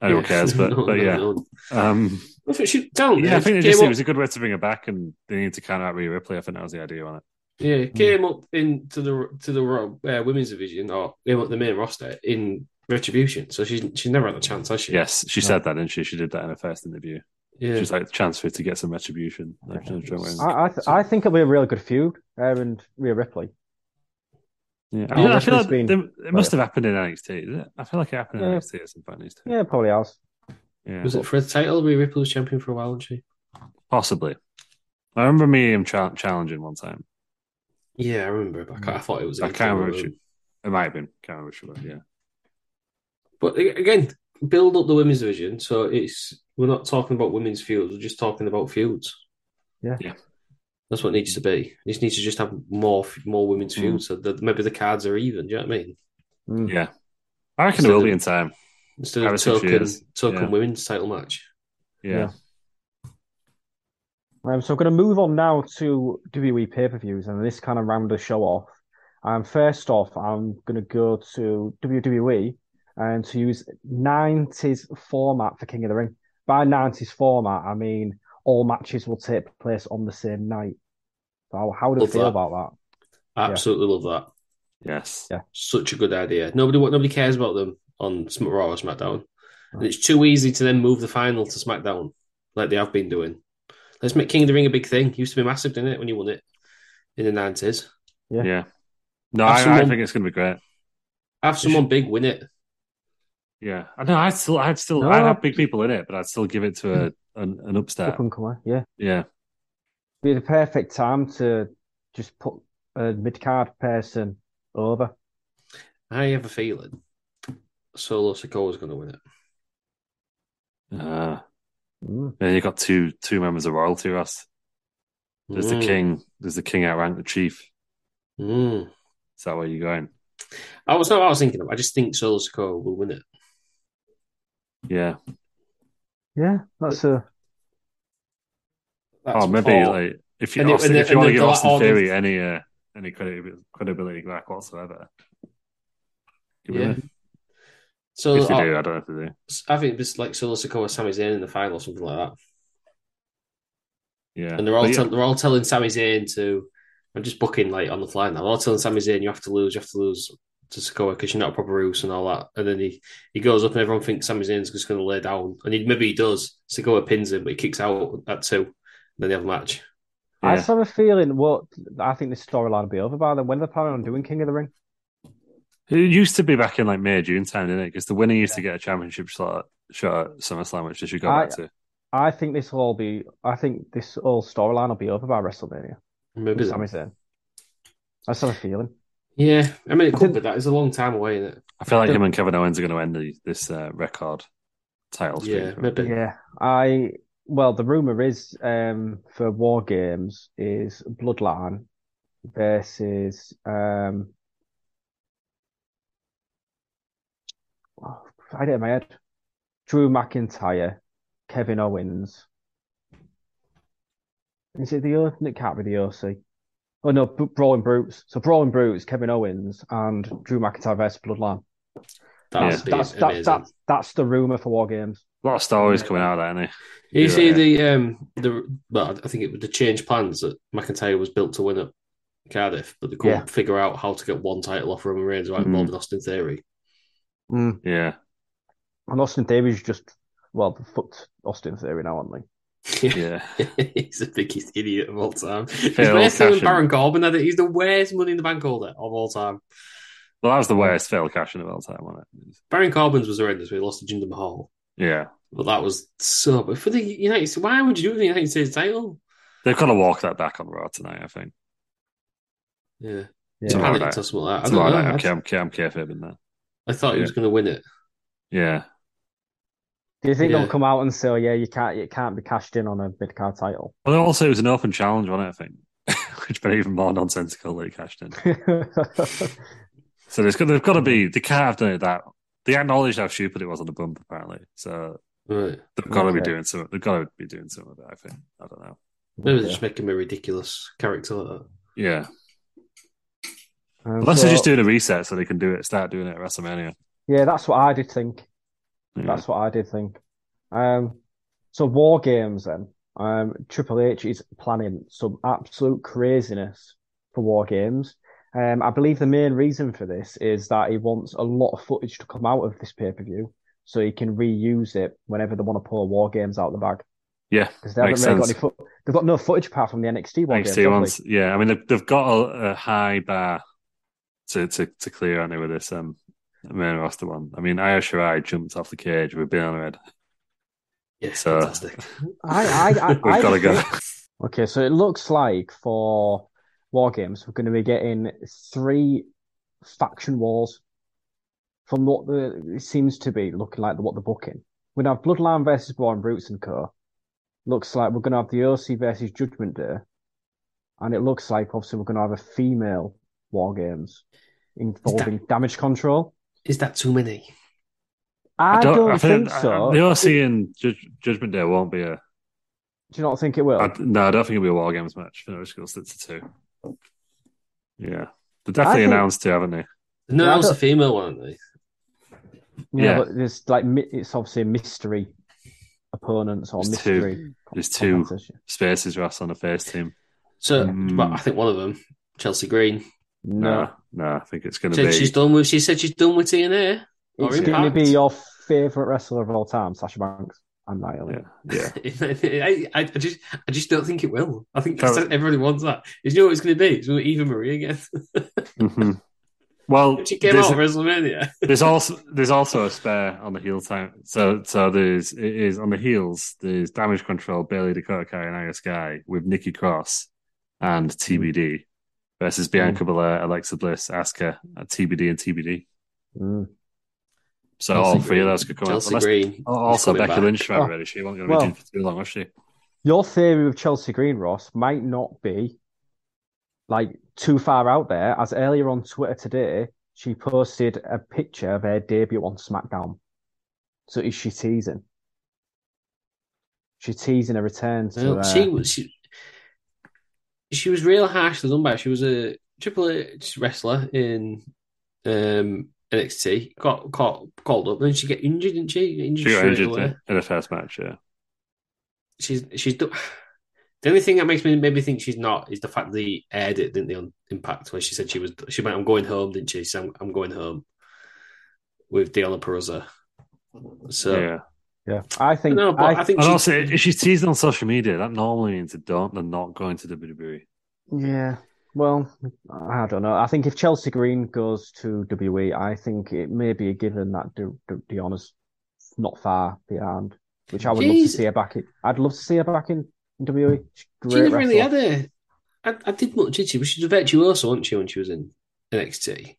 Speaker 4: Anyone
Speaker 2: Yeah.
Speaker 4: cares,
Speaker 2: [LAUGHS]
Speaker 4: but
Speaker 2: No,
Speaker 4: but
Speaker 2: no,
Speaker 4: yeah,
Speaker 2: no.
Speaker 4: um,
Speaker 2: Well, if it should down
Speaker 4: yeah.
Speaker 2: there,
Speaker 4: I think
Speaker 2: it
Speaker 4: they just,
Speaker 2: came
Speaker 4: it
Speaker 2: up-
Speaker 4: was a good way to bring it back, and they need to count out Rhea Ripley. I think that was the idea on it.
Speaker 2: yeah, it came up into the to the Royal, uh, women's division or came up the main roster in Retribution. So she's she's never had a chance, has she?
Speaker 4: Yes, she said that, didn't she? She did that in her first interview.
Speaker 2: yeah.
Speaker 4: She's like, chance for it to get some retribution. Like, she was trying to-
Speaker 3: I I, th- I think it'll be a really good feud. Her and Rhea Ripley.
Speaker 4: Yeah, I,
Speaker 3: Oh,
Speaker 4: I
Speaker 3: that's
Speaker 4: feel
Speaker 3: what's been-
Speaker 4: like they- it must have happened in NXT. Didn't it? I feel like it happened in
Speaker 3: Yeah.
Speaker 4: NXT at some point. in NXT.
Speaker 3: Yeah, probably has.
Speaker 4: Yeah,
Speaker 2: Was it for the title? We Ripley was champion for a while, wasn't she?
Speaker 4: possibly. I remember me and cha- challenging one time.
Speaker 2: Yeah, I remember. But I, can't- I thought it was.
Speaker 4: I
Speaker 2: in
Speaker 4: can't
Speaker 2: the
Speaker 4: remember.
Speaker 2: room.
Speaker 4: Which, it might have been. Can't remember which one. Yeah.
Speaker 2: But a- again, build up the women's division. So it's we're not talking about women's feuds. We're just talking about feuds.
Speaker 3: Yeah.
Speaker 4: Yeah.
Speaker 2: That's what it needs to be. It just needs to just have more f- more women's
Speaker 4: Mm.
Speaker 2: feuds. So that maybe the cards are even. Do you know what I mean?
Speaker 3: Mm.
Speaker 4: Yeah. I reckon it
Speaker 2: So
Speaker 4: will
Speaker 2: the-
Speaker 4: be in time.
Speaker 2: Instead of
Speaker 4: Five or six
Speaker 2: token
Speaker 4: years.
Speaker 2: token
Speaker 4: Yeah.
Speaker 2: women's title match.
Speaker 4: Yeah.
Speaker 3: Um, so I'm going to move on now to WWE pay-per-views, and this kind of round the show off. Um, first off, I'm going to go to WWE and to use 90s format for King of the Ring. By 90s format, I mean all matches will take place on the same night. So how, how do you
Speaker 2: Love
Speaker 3: feel
Speaker 2: that.
Speaker 3: about that?
Speaker 2: I absolutely love that.
Speaker 4: Yes.
Speaker 3: Yeah.
Speaker 2: Such a good idea. Nobody wa- nobody cares about them on Sm- Raw or SmackDown, and it's too easy to then move the final to SmackDown like they have been doing. Let's make King of the Ring a big thing. Used to be massive, didn't it, when you won it in the nineties?
Speaker 4: Yeah.
Speaker 3: Yeah.
Speaker 4: No,
Speaker 2: Have
Speaker 4: I, I
Speaker 2: someone-
Speaker 4: think it's going to be great.
Speaker 2: Have someone big win it.
Speaker 4: Yeah. I know. I'd still, I'd still,
Speaker 3: No.
Speaker 4: I'd have big people in it, but I'd still give it to
Speaker 2: Mm.
Speaker 4: a an, an upstart.
Speaker 3: Up and comer, yeah.
Speaker 4: Yeah.
Speaker 3: Be the perfect time to just put a mid-card person over.
Speaker 2: I have a feeling Solo Sokoa is going to win it.
Speaker 4: Uh,
Speaker 3: Mm.
Speaker 4: then you got two two members of royalty, Ross. There's
Speaker 2: Mm.
Speaker 4: the king. There's the king outrank the chief.
Speaker 2: Mm.
Speaker 4: Is that where you're going?
Speaker 2: I was not what I was thinking of. I just think Solo Sokoa will win it.
Speaker 4: Yeah.
Speaker 3: Yeah, that's a...
Speaker 2: That's
Speaker 4: oh, maybe
Speaker 2: all.
Speaker 4: like if you
Speaker 2: And it-
Speaker 4: Austin,
Speaker 2: and
Speaker 4: if
Speaker 2: it- and
Speaker 4: you want to
Speaker 2: it-
Speaker 4: give
Speaker 2: the-
Speaker 4: Austin
Speaker 2: all the-
Speaker 4: Theory any uh, any credi- credibility back whatsoever, give
Speaker 2: Yeah. uh,
Speaker 4: yeah.
Speaker 2: So
Speaker 4: if they
Speaker 2: I-
Speaker 4: do, I don't know if they do.
Speaker 2: I think it's like Solo Sokoa, Sami Zayn in the final or something like that.
Speaker 4: Yeah,
Speaker 2: And they're all
Speaker 4: But yeah,
Speaker 2: tell, they're all telling Sami Zayn to. I'm just booking like on the fly now. They're all telling Sami Zayn you have to lose, you have to lose to Sokoa because you're not a proper Roos and all that. And then he, he goes up and everyone thinks Sami Zayn's just going to lay down, and he maybe he does. Sokoa pins him, but he kicks out at two. And then they have a match.
Speaker 3: I
Speaker 4: Yeah.
Speaker 3: just have a feeling what I think this storyline will be over by then. When are they planning on doing King of the Ring?
Speaker 4: it used to be back in like May June time, didn't it? Because the winner used to get a championship slot shot at SummerSlam, which they should go
Speaker 3: I-
Speaker 4: back to.
Speaker 3: I think this will all be. I think this whole storyline will be over by WrestleMania.
Speaker 2: Maybe
Speaker 3: Sami Zayn. I just have a feeling.
Speaker 2: Yeah, I mean, it could be that. It's a long time away, isn't it?
Speaker 4: I feel like him and Kevin Owens are going to end the, this uh, record title. streak.
Speaker 2: Yeah, maybe.
Speaker 3: Yeah, I. Well, the rumor is um, for War Games is Bloodline versus um. Oh, I had it in my head. Drew McIntyre, Kevin Owens. Is it the O? It can't be the OC. Oh no, B- Brawling Brutes. So Brawling Brutes, Kevin Owens, and Drew McIntyre versus Bloodline.
Speaker 2: That
Speaker 4: Yeah.
Speaker 2: would be
Speaker 3: That's
Speaker 2: amazing.
Speaker 3: that's that's that's the rumor for War Games.
Speaker 4: A lot of stories coming out of that, is
Speaker 2: you see
Speaker 4: yeah.
Speaker 2: the um the well, I think it was the change plans that McIntyre was built to win at Cardiff, but they couldn't
Speaker 3: Yeah.
Speaker 2: figure out how to get one title off Roman Reigns without
Speaker 4: Mhm.
Speaker 2: involving Austin Theory.
Speaker 3: Mm.
Speaker 2: [LAUGHS]
Speaker 4: Yeah,
Speaker 3: And Austin Theory's just well, they fucked Austin Theory now, aren't they?
Speaker 4: yeah.
Speaker 2: [LAUGHS] he's the biggest idiot of all time. he's
Speaker 4: Phil
Speaker 2: worse than
Speaker 4: Cashin.
Speaker 2: Baron Corbin. At it. He's the worst Money in the Bank holder of all time.
Speaker 4: well, that was the worst fail cash in the world time, wasn't it?
Speaker 2: Baron Corbin's was horrendous. We lost to Jinder Mahal,
Speaker 4: Yeah, but
Speaker 2: but that was so. But for the United States, why would you do it for the United States title?
Speaker 4: they've got to walk that back on Raw tonight. I think.
Speaker 2: Yeah,
Speaker 4: Yeah.
Speaker 2: to
Speaker 4: Tomorrow
Speaker 2: panic
Speaker 4: night.
Speaker 2: or something like that. I don't
Speaker 4: Tomorrow
Speaker 2: know.
Speaker 4: night,
Speaker 2: I-
Speaker 4: I'm, I'm, I'm kayfabe in that.
Speaker 2: I thought he was going to win it.
Speaker 4: Yeah,
Speaker 3: Do you think
Speaker 2: Yeah.
Speaker 3: they'll come out and say, "Oh, "Yeah, you can't, it can't be cashed in on a mid card title"? [LAUGHS]
Speaker 4: Well, also it was an open challenge, wasn't it? I think, [LAUGHS] which made it even more nonsensical that he cashed in. So there's got, they've got to be
Speaker 3: Mm.
Speaker 4: they can't have done it that. They acknowledged how stupid it was on the bump, apparently. So
Speaker 2: Right.
Speaker 4: they've got to be
Speaker 3: Okay.
Speaker 4: doing some. They've got to be doing some of it. I think. I don't know.
Speaker 2: Maybe they're
Speaker 3: Yeah.
Speaker 2: just making him a ridiculous character like that.
Speaker 4: Yeah,
Speaker 3: Um,
Speaker 4: unless
Speaker 3: so-
Speaker 4: they're just doing a reset so they can do it. Start doing it at WrestleMania.
Speaker 3: Yeah, that's what I did think.
Speaker 4: Yeah.
Speaker 3: That's what I did think. Um, so War Games then. Um, Triple H is planning some absolute craziness for War Games. Um, I believe the main reason for this is that he wants a lot of footage to come out of this pay-per-view so he can reuse it whenever they want to pull War Games out of the bag.
Speaker 4: yeah.
Speaker 3: Because they haven't
Speaker 4: Makes
Speaker 3: really got
Speaker 4: sense.
Speaker 3: any foot. They've got no footage apart from the NXT War Games,
Speaker 4: NXT
Speaker 3: have they?
Speaker 4: ones. Yeah, I mean they've, they've got a, a high bar to to, to clear any with this um main roster one. I mean, Io Shirai jumped off the cage with a beer on her head.
Speaker 2: Yeah,
Speaker 4: so,
Speaker 2: fantastic.
Speaker 3: I, I, I,
Speaker 4: [LAUGHS] We've
Speaker 3: I
Speaker 4: gotta go.
Speaker 3: Okay, so it looks like for War Games, we're going to be getting three faction wars from what the it seems to be looking like what they're booking. We're going to have Bloodline versus Born Brutes and Co. Looks like we're going to have the OC versus Judgment Day. And it looks like, obviously, we're going to have a female War Games involving damage control.
Speaker 2: Is that too many?
Speaker 3: I, don't, think,
Speaker 4: I-
Speaker 3: so.
Speaker 4: the OC and Judge, Judgment Day won't be a.
Speaker 3: Do you not think it will?
Speaker 4: I, no, I don't think it'll be a War Games match. I think it's going to stick to two. Yeah. They definitely
Speaker 3: think-
Speaker 4: announced two, haven't they?
Speaker 2: No,
Speaker 3: Yeah, I
Speaker 2: that was the
Speaker 3: don't-
Speaker 2: female one, aren't they?
Speaker 3: Yeah,
Speaker 4: Yeah.
Speaker 3: but there's like mi- it's obviously a mystery opponents or
Speaker 4: There's two.
Speaker 3: mystery.
Speaker 4: There's two
Speaker 3: competition.
Speaker 4: spaces Ross on the first team.
Speaker 2: So,
Speaker 4: Mm.
Speaker 2: but I think one of them, Chelsea Green.
Speaker 3: No,
Speaker 4: No, no, I think it's going to
Speaker 2: Said
Speaker 4: be.
Speaker 2: she's done with. She said she's done with TNA. Or
Speaker 3: it's going to
Speaker 2: Impact.
Speaker 3: be your favorite wrestler of all time, Sasha Banks. I'm not
Speaker 4: Yeah,
Speaker 3: alien.
Speaker 4: yeah.
Speaker 2: [LAUGHS] I, I just, I just don't think it will. I think
Speaker 4: Sorry.
Speaker 2: [LAUGHS] everybody wants that. You know what it's going to be? It's going to be Eva Marie again. [LAUGHS]
Speaker 4: Mhm. Well,
Speaker 2: she came
Speaker 4: there's-
Speaker 2: out of
Speaker 4: [LAUGHS]
Speaker 2: WrestleMania.
Speaker 4: there's also there's also a spare on the heel time. So so there's it is on the heels. There's damage control, Bailey Dakota Kai and Io Sky with Nikki Cross and TBD versus Bianca Belair, Alexa Bliss, Asuka, uh, TBD and TBD.
Speaker 3: Mm.
Speaker 4: So
Speaker 2: Chelsea
Speaker 4: all three of
Speaker 2: Green.
Speaker 4: those could come
Speaker 2: Chelsea
Speaker 4: out. Unless-
Speaker 2: Green.
Speaker 4: oh, also
Speaker 2: is coming
Speaker 4: Becky
Speaker 2: back.
Speaker 4: Lynch,
Speaker 3: Oh.
Speaker 4: remember, she wasn't going to
Speaker 3: Well-
Speaker 4: be doing for too long, was she?
Speaker 3: Your theory of Chelsea Green Ross might not be like too far out there. As earlier on Twitter today, she posted a picture of her debut on SmackDown. So is she teasing? She's teasing a return to.
Speaker 2: Well,
Speaker 3: uh,
Speaker 2: she was she, she was real harshly done by. She was a Triple H wrestler in um, NXT. Got caught called up, then she get injured, didn't she? Get Injured
Speaker 4: She got
Speaker 2: straight
Speaker 4: injured
Speaker 2: away.
Speaker 4: in in the first match, yeah.
Speaker 2: She's she's do- the only thing that makes me maybe think she's not is the fact they aired it, didn't they? On Impact, where she said she was she went, "I'm going home," didn't she? So I'm, I'm going home with Diana Perosa. So
Speaker 4: yeah.
Speaker 3: yeah, I think.
Speaker 2: no, but I, think
Speaker 4: And
Speaker 2: she,
Speaker 4: also, if she's teasing on social media, that normally means they don't, they're not going to E. WWE.
Speaker 3: Yeah. Well, I don't know. I think if Chelsea Green goes to WE, I think it may be a given that De- De- Deanna's not far behind, which I would love to
Speaker 2: Jeez.
Speaker 3: see her back in. I'd love to see her back in, in WE. She's a
Speaker 2: She
Speaker 3: great
Speaker 2: never really
Speaker 3: wrestler.
Speaker 2: had a. I, I did much, did she? But she was a virtuoso, wasn't she, when she was in NXT?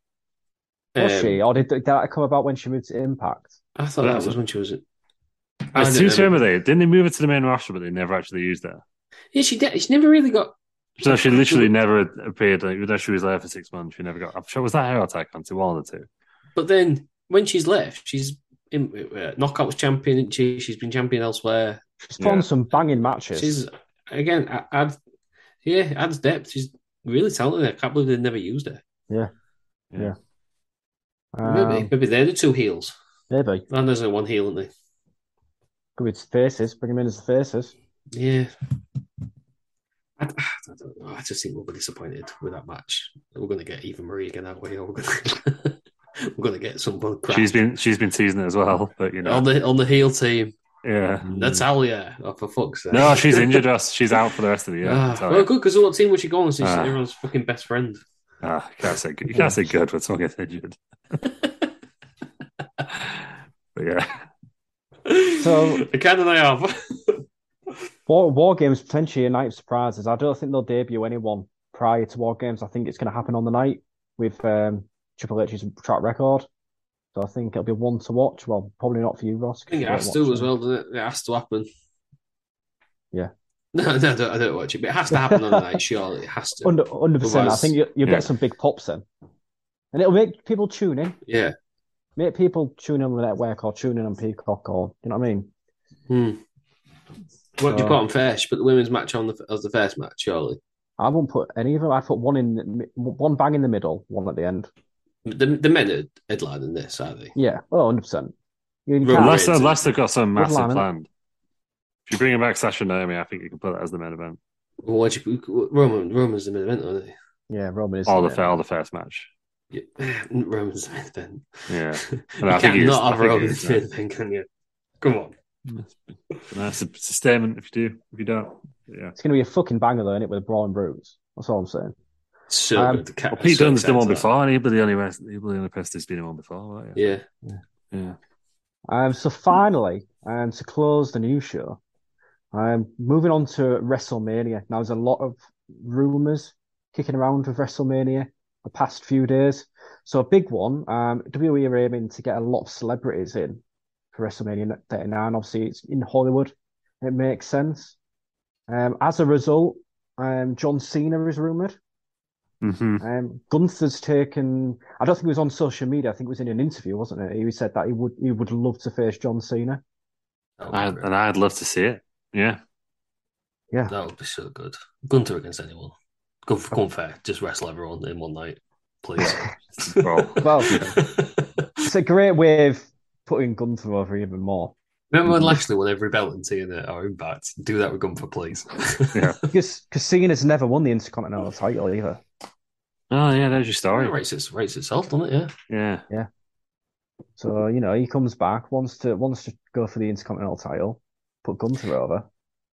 Speaker 3: Was
Speaker 2: Um,
Speaker 3: she? Or did, did that come about when she moved to Impact?
Speaker 2: I thought that was when she was. in- I
Speaker 4: It's
Speaker 2: don't
Speaker 4: too
Speaker 2: know.
Speaker 4: soon, were they? Didn't they move it to the main roster, but they never actually used it?
Speaker 2: Yeah, she did. She never really got.
Speaker 4: So she literally never appeared. Like, even though she was there for six months, she never got. I'm sure was that her or Tycoon? To one of the two.
Speaker 2: But then when she's left, she's in, uh, knockouts champion, isn't she? She's been champion elsewhere.
Speaker 3: She's put on
Speaker 4: Yeah.
Speaker 3: some banging matches.
Speaker 2: She's again. I, I'd, yeah, adds depth. She's really talented. I can't believe they never used her. Maybe,
Speaker 3: Um,
Speaker 2: maybe they're the two heels.
Speaker 3: maybe.
Speaker 2: And there's only one heel, aren't
Speaker 3: Go with faces. Bring him in as the faces.
Speaker 2: they? Yeah. I, [SIGHS] I don't know. I just think we'll be disappointed with that match. We're going to get Eva Marie again that way, or we're going to, [LAUGHS] we're going to get someone crap
Speaker 4: She's been uh, she's been teasing it as well, but you know,
Speaker 2: on the on the heel team.
Speaker 4: yeah.
Speaker 2: Natalia, oh, for fuck's sake!
Speaker 4: Mm. No,
Speaker 2: [SIGHS]
Speaker 4: she's injured. Us. She's out for the rest of the year.
Speaker 2: Ah,
Speaker 4: Ah,
Speaker 2: well, good because what team would she go on? She's
Speaker 4: Ah.
Speaker 2: everyone's fucking best friend.
Speaker 4: ah, you can't say good. You can't say good when someone gets [LAUGHS] injured. but yeah,
Speaker 3: So-
Speaker 2: [LAUGHS] the can and I
Speaker 4: [LAUGHS]
Speaker 2: have.
Speaker 3: War, War Games potentially a night of surprises. I don't think they'll debut anyone prior to War Games. I think it's going to happen on the night with um, Triple H's track record. So I think it'll be one to watch. Well, probably not for you, Ross.
Speaker 2: I think it has to as well, doesn't it? It has to happen.
Speaker 3: Yeah.
Speaker 2: [LAUGHS] No, no, I don't, I don't watch it, but it has to happen on the night. Surely it has
Speaker 3: [LAUGHS]
Speaker 2: to.
Speaker 3: Under, under percent. I
Speaker 2: Otherwise-
Speaker 3: think you, you'll
Speaker 4: Yeah.
Speaker 3: get some big pops then. And it'll make people tune in.
Speaker 2: yeah.
Speaker 3: Make people tune in on the network or tune in on Peacock or, you know what I mean?
Speaker 2: Hmm. What do you
Speaker 3: So-
Speaker 2: put on first? Put the women's match on the, as the first match, surely.
Speaker 3: I won't put any of them. I'd put one in, the mi- one bang in the middle, one at the end.
Speaker 2: The, the men are headlining this, are they?
Speaker 3: Yeah. Oh, 100%. You
Speaker 2: Right.
Speaker 3: can't-
Speaker 4: unless
Speaker 2: Overrated.
Speaker 4: unless they've got some
Speaker 3: Good
Speaker 4: massive
Speaker 3: lineup.
Speaker 4: planned. If you bring back Sasha and Naomi, I think you can put that as the main event
Speaker 2: Well, what do you, Roman, Roman's the main event, aren't they?
Speaker 3: Yeah, Roman is.
Speaker 4: or the fair, or the first match.
Speaker 2: Yeah. [LAUGHS] Roman's the main event.
Speaker 4: Yeah,
Speaker 2: [LAUGHS] you
Speaker 4: And I think
Speaker 2: can't
Speaker 4: he's-
Speaker 2: not
Speaker 4: I
Speaker 2: have
Speaker 4: think
Speaker 2: Roman
Speaker 4: he's,
Speaker 2: the main event, can you? Come on.
Speaker 4: that's a, it's a statement. If you do, if you don't, yeah.
Speaker 3: It's going to be a fucking banger, though, is it, with Braun Brutes? That's all I'm saying.
Speaker 2: So
Speaker 3: Um,
Speaker 2: good. The cat
Speaker 4: Well, Pete
Speaker 2: so
Speaker 4: Dunne's done
Speaker 2: excited
Speaker 4: one
Speaker 2: about
Speaker 4: before, and he'd be the only rest, he'd be the only person who's been in one before, right?
Speaker 2: that. Yeah.
Speaker 4: Yeah.
Speaker 3: Um, so finally, um, to close the news show, um, moving on to WrestleMania. Now, there's a lot of rumors kicking around with WrestleMania the past few days. So a big one, um, WWE are aiming to get a lot of celebrities in for WrestleMania 39. Obviously, it's in Hollywood. It makes sense. Um, as a result, um, John Cena is rumored.
Speaker 4: Mm-hmm.
Speaker 3: Um, Gunther's taken. I don't think it was on social media. I think it was in an interview, wasn't it? He said that he would he would love to face John Cena.
Speaker 4: I,
Speaker 2: That would, be,
Speaker 4: and I'd love to see it. Yeah.
Speaker 3: Yeah,
Speaker 2: that would be so good. Gunter against anyone. Go for Gunfair. Just wrestle everyone in one night, please.
Speaker 4: [LAUGHS] Well-
Speaker 2: [LAUGHS]
Speaker 3: Well- it's a great way of putting Gunther over even more
Speaker 2: Remember when Lashley won every belt in TNA or Impact? Oh, Do that with Gunther, [LAUGHS] please.
Speaker 4: Yeah.
Speaker 3: because because Cena's never won the Intercontinental title either.
Speaker 4: Oh yeah, there's your
Speaker 2: All
Speaker 4: story.
Speaker 2: right, rates, its, rates itself, doesn't it? Yeah.
Speaker 4: Yeah.
Speaker 3: So you know he comes back wants to wants to go for the Intercontinental title, put Gunther over.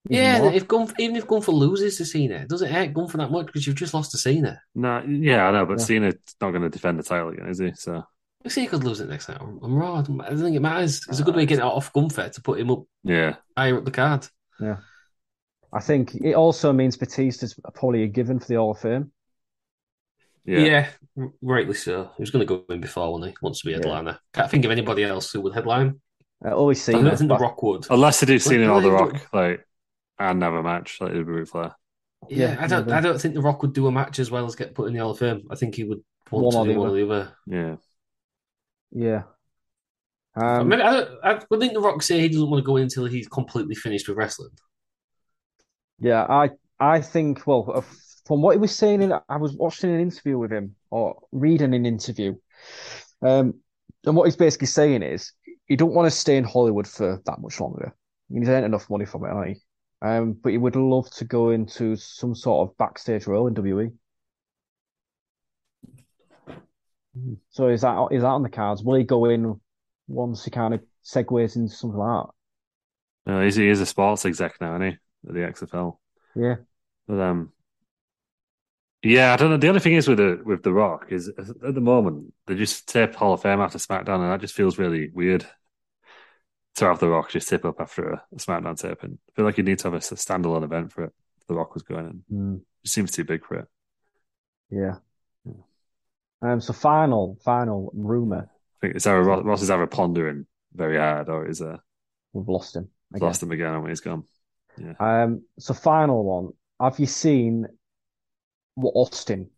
Speaker 3: even
Speaker 2: Yeah,
Speaker 3: more.
Speaker 2: if Gunf even if Gunther loses to Cena, it doesn't hurt Gunther that much because you've just lost to Cena.
Speaker 4: No, yeah, I know, but
Speaker 3: Yeah.
Speaker 4: Cena's not going to defend the title again, is he? So
Speaker 2: Cena could lose it next night. I'm, I'm raw. I don't think it matters. It's a good way of getting it off Gunther to put him up
Speaker 4: yeah,
Speaker 2: higher up the card.
Speaker 3: I think it also means Batista's probably a given for the Hall of Fame.
Speaker 4: yeah,
Speaker 2: r- rightly so. He was going to go in before, wasn't he? Wants to be
Speaker 3: Yeah.
Speaker 2: headliner. Can't think of anybody else who would headline.
Speaker 3: Uh, always
Speaker 2: I
Speaker 3: Cena,
Speaker 2: think The
Speaker 3: but-
Speaker 2: Rock would.
Speaker 4: Unless they do Cena or
Speaker 2: Well,
Speaker 4: The
Speaker 2: well,
Speaker 4: Rock, like, and have a match, like it'd be Ric Flair.
Speaker 2: Yeah,
Speaker 3: yeah,
Speaker 2: I don't.
Speaker 3: maybe.
Speaker 2: I don't think The Rock would do a match as well as get put in the Hall of Fame. I think he would want
Speaker 3: One or
Speaker 2: to do
Speaker 3: the
Speaker 2: one or the other.
Speaker 4: Yeah,
Speaker 3: yeah.
Speaker 2: But
Speaker 3: Um,
Speaker 2: Maybe I don't. I would think The Rock say he doesn't want to go in until he's completely finished with wrestling.
Speaker 3: Yeah, I I think well, uh, from what he was saying, in, I was watching an interview with him or reading an interview, um, and what he's basically saying is he don't want to stay in Hollywood for that much longer. I mean, he's earned enough money from it, hasn't he? Um, but he would love to go into some sort of backstage role in E. WWE. So is that is that on the cards? Will he go in once he kind of segues into something like
Speaker 4: no, he's, he is a sports exec now, isn't he? At the XFL.
Speaker 3: that? Yeah.
Speaker 4: But um, yeah, I don't know. The only thing is with the with The Rock is at the moment they just tip Hall of Fame after SmackDown, and that just feels really weird to have The Rock just tip up after a, SmackDown taping. I feel like you need to have a s- standalone event for it. If the Rock was going in.
Speaker 3: Hmm.
Speaker 4: It seems too big for it.
Speaker 3: Yeah. Um, so final, final rumor.
Speaker 4: I think it's either Ross, Ross is either pondering very hard or is uh,
Speaker 3: We've lost him again.
Speaker 4: lost him again and he's gone.
Speaker 3: Um, so final one. Have you seen what Austin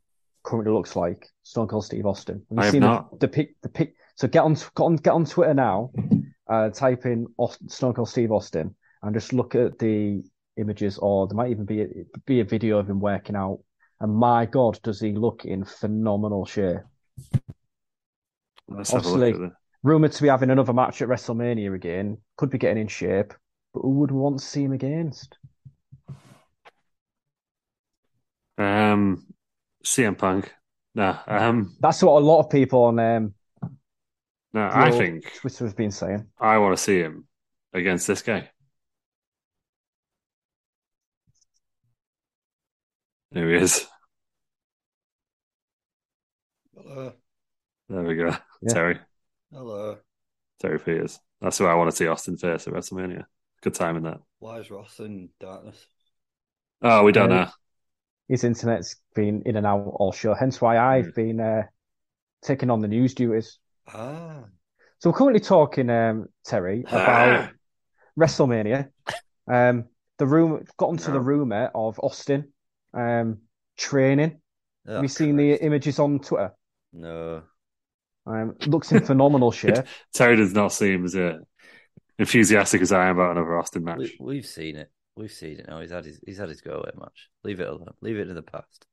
Speaker 3: currently looks like? Stone Cold Steve Austin. Have you
Speaker 4: I have
Speaker 3: seen
Speaker 4: not.
Speaker 3: The, the pic, the pic. So get on, get on, get on Twitter now. Uh, type in Austin, Stone Cold Steve Austin and just look at the images, or there might even be a, be a video of him working out. And my God, does he look in phenomenal shape?
Speaker 4: Let's have a look at
Speaker 3: Obviously.
Speaker 4: the
Speaker 3: rumored to be having another match at WrestleMania again. Could be getting in shape, but who would want to see him against?
Speaker 4: Um, CM Punk. Nah, um,
Speaker 3: That's what a lot of people on um,
Speaker 4: no, I
Speaker 3: Raw
Speaker 4: think
Speaker 3: Twitter have been saying.
Speaker 4: I want to see him against this guy. There he is.
Speaker 7: Hello.
Speaker 4: There we go.
Speaker 3: Yeah.
Speaker 4: Terry.
Speaker 7: Hello.
Speaker 4: Terry Peters. That's who I want to see Austin face at WrestleMania. Good time in that.
Speaker 7: Why is Ross in darkness?
Speaker 4: Oh, we don't
Speaker 3: Yeah.
Speaker 4: know.
Speaker 3: His internet's been in and out all show, hence
Speaker 7: Hmm.
Speaker 3: why I've been uh, taking on the news duties.
Speaker 7: Ah.
Speaker 3: So we're currently talking, um,
Speaker 7: [SIGHS]
Speaker 3: Terry, about WrestleMania. Um, the room got onto
Speaker 4: No.
Speaker 3: the rumor of Austin um, training.
Speaker 7: Oh,
Speaker 3: Have you seen the
Speaker 7: Christ.
Speaker 3: images on Twitter?
Speaker 7: No.
Speaker 3: Um, looks
Speaker 7: [LAUGHS]
Speaker 3: in phenomenal shape.
Speaker 4: Terry does not seem as uh, enthusiastic as I am about another Austin match.
Speaker 7: We, we've seen it. We've seen it. No, he's had his he's had his go away match. Leave it alone. Leave it to the past.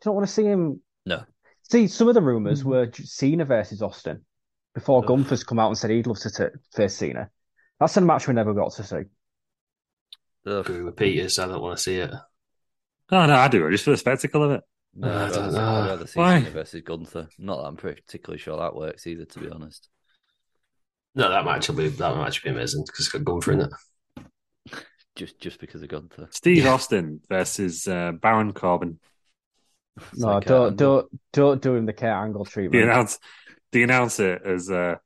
Speaker 3: Do you not want to see him?
Speaker 7: No.
Speaker 3: See, some of the rumors were Cena versus Austin before
Speaker 7: Ugh.
Speaker 3: Gunther's come out and said he'd love to t- face Cena. That's a match we never got to see.
Speaker 2: I
Speaker 7: Ugh.
Speaker 2: agree with Peters. I don't want to see it.
Speaker 4: Oh no, I do. Just for the spectacle of it.
Speaker 7: No,
Speaker 2: Uh, I
Speaker 7: I'd
Speaker 2: don't
Speaker 7: rather, I'd
Speaker 2: know.
Speaker 7: rather see
Speaker 4: Why?
Speaker 7: Cena versus Gunther. Not that I'm particularly sure that works either, to be honest.
Speaker 2: No, that match will be that match will be amazing because it's got Gunther in it.
Speaker 7: Just just because of Gunther.
Speaker 4: Steve Austin versus uh, Baron Corbin.
Speaker 3: no,
Speaker 7: um,
Speaker 3: don't, don't, don't do him the Kurt Angle
Speaker 4: They
Speaker 3: treatment.
Speaker 4: announce, they announce it as uh,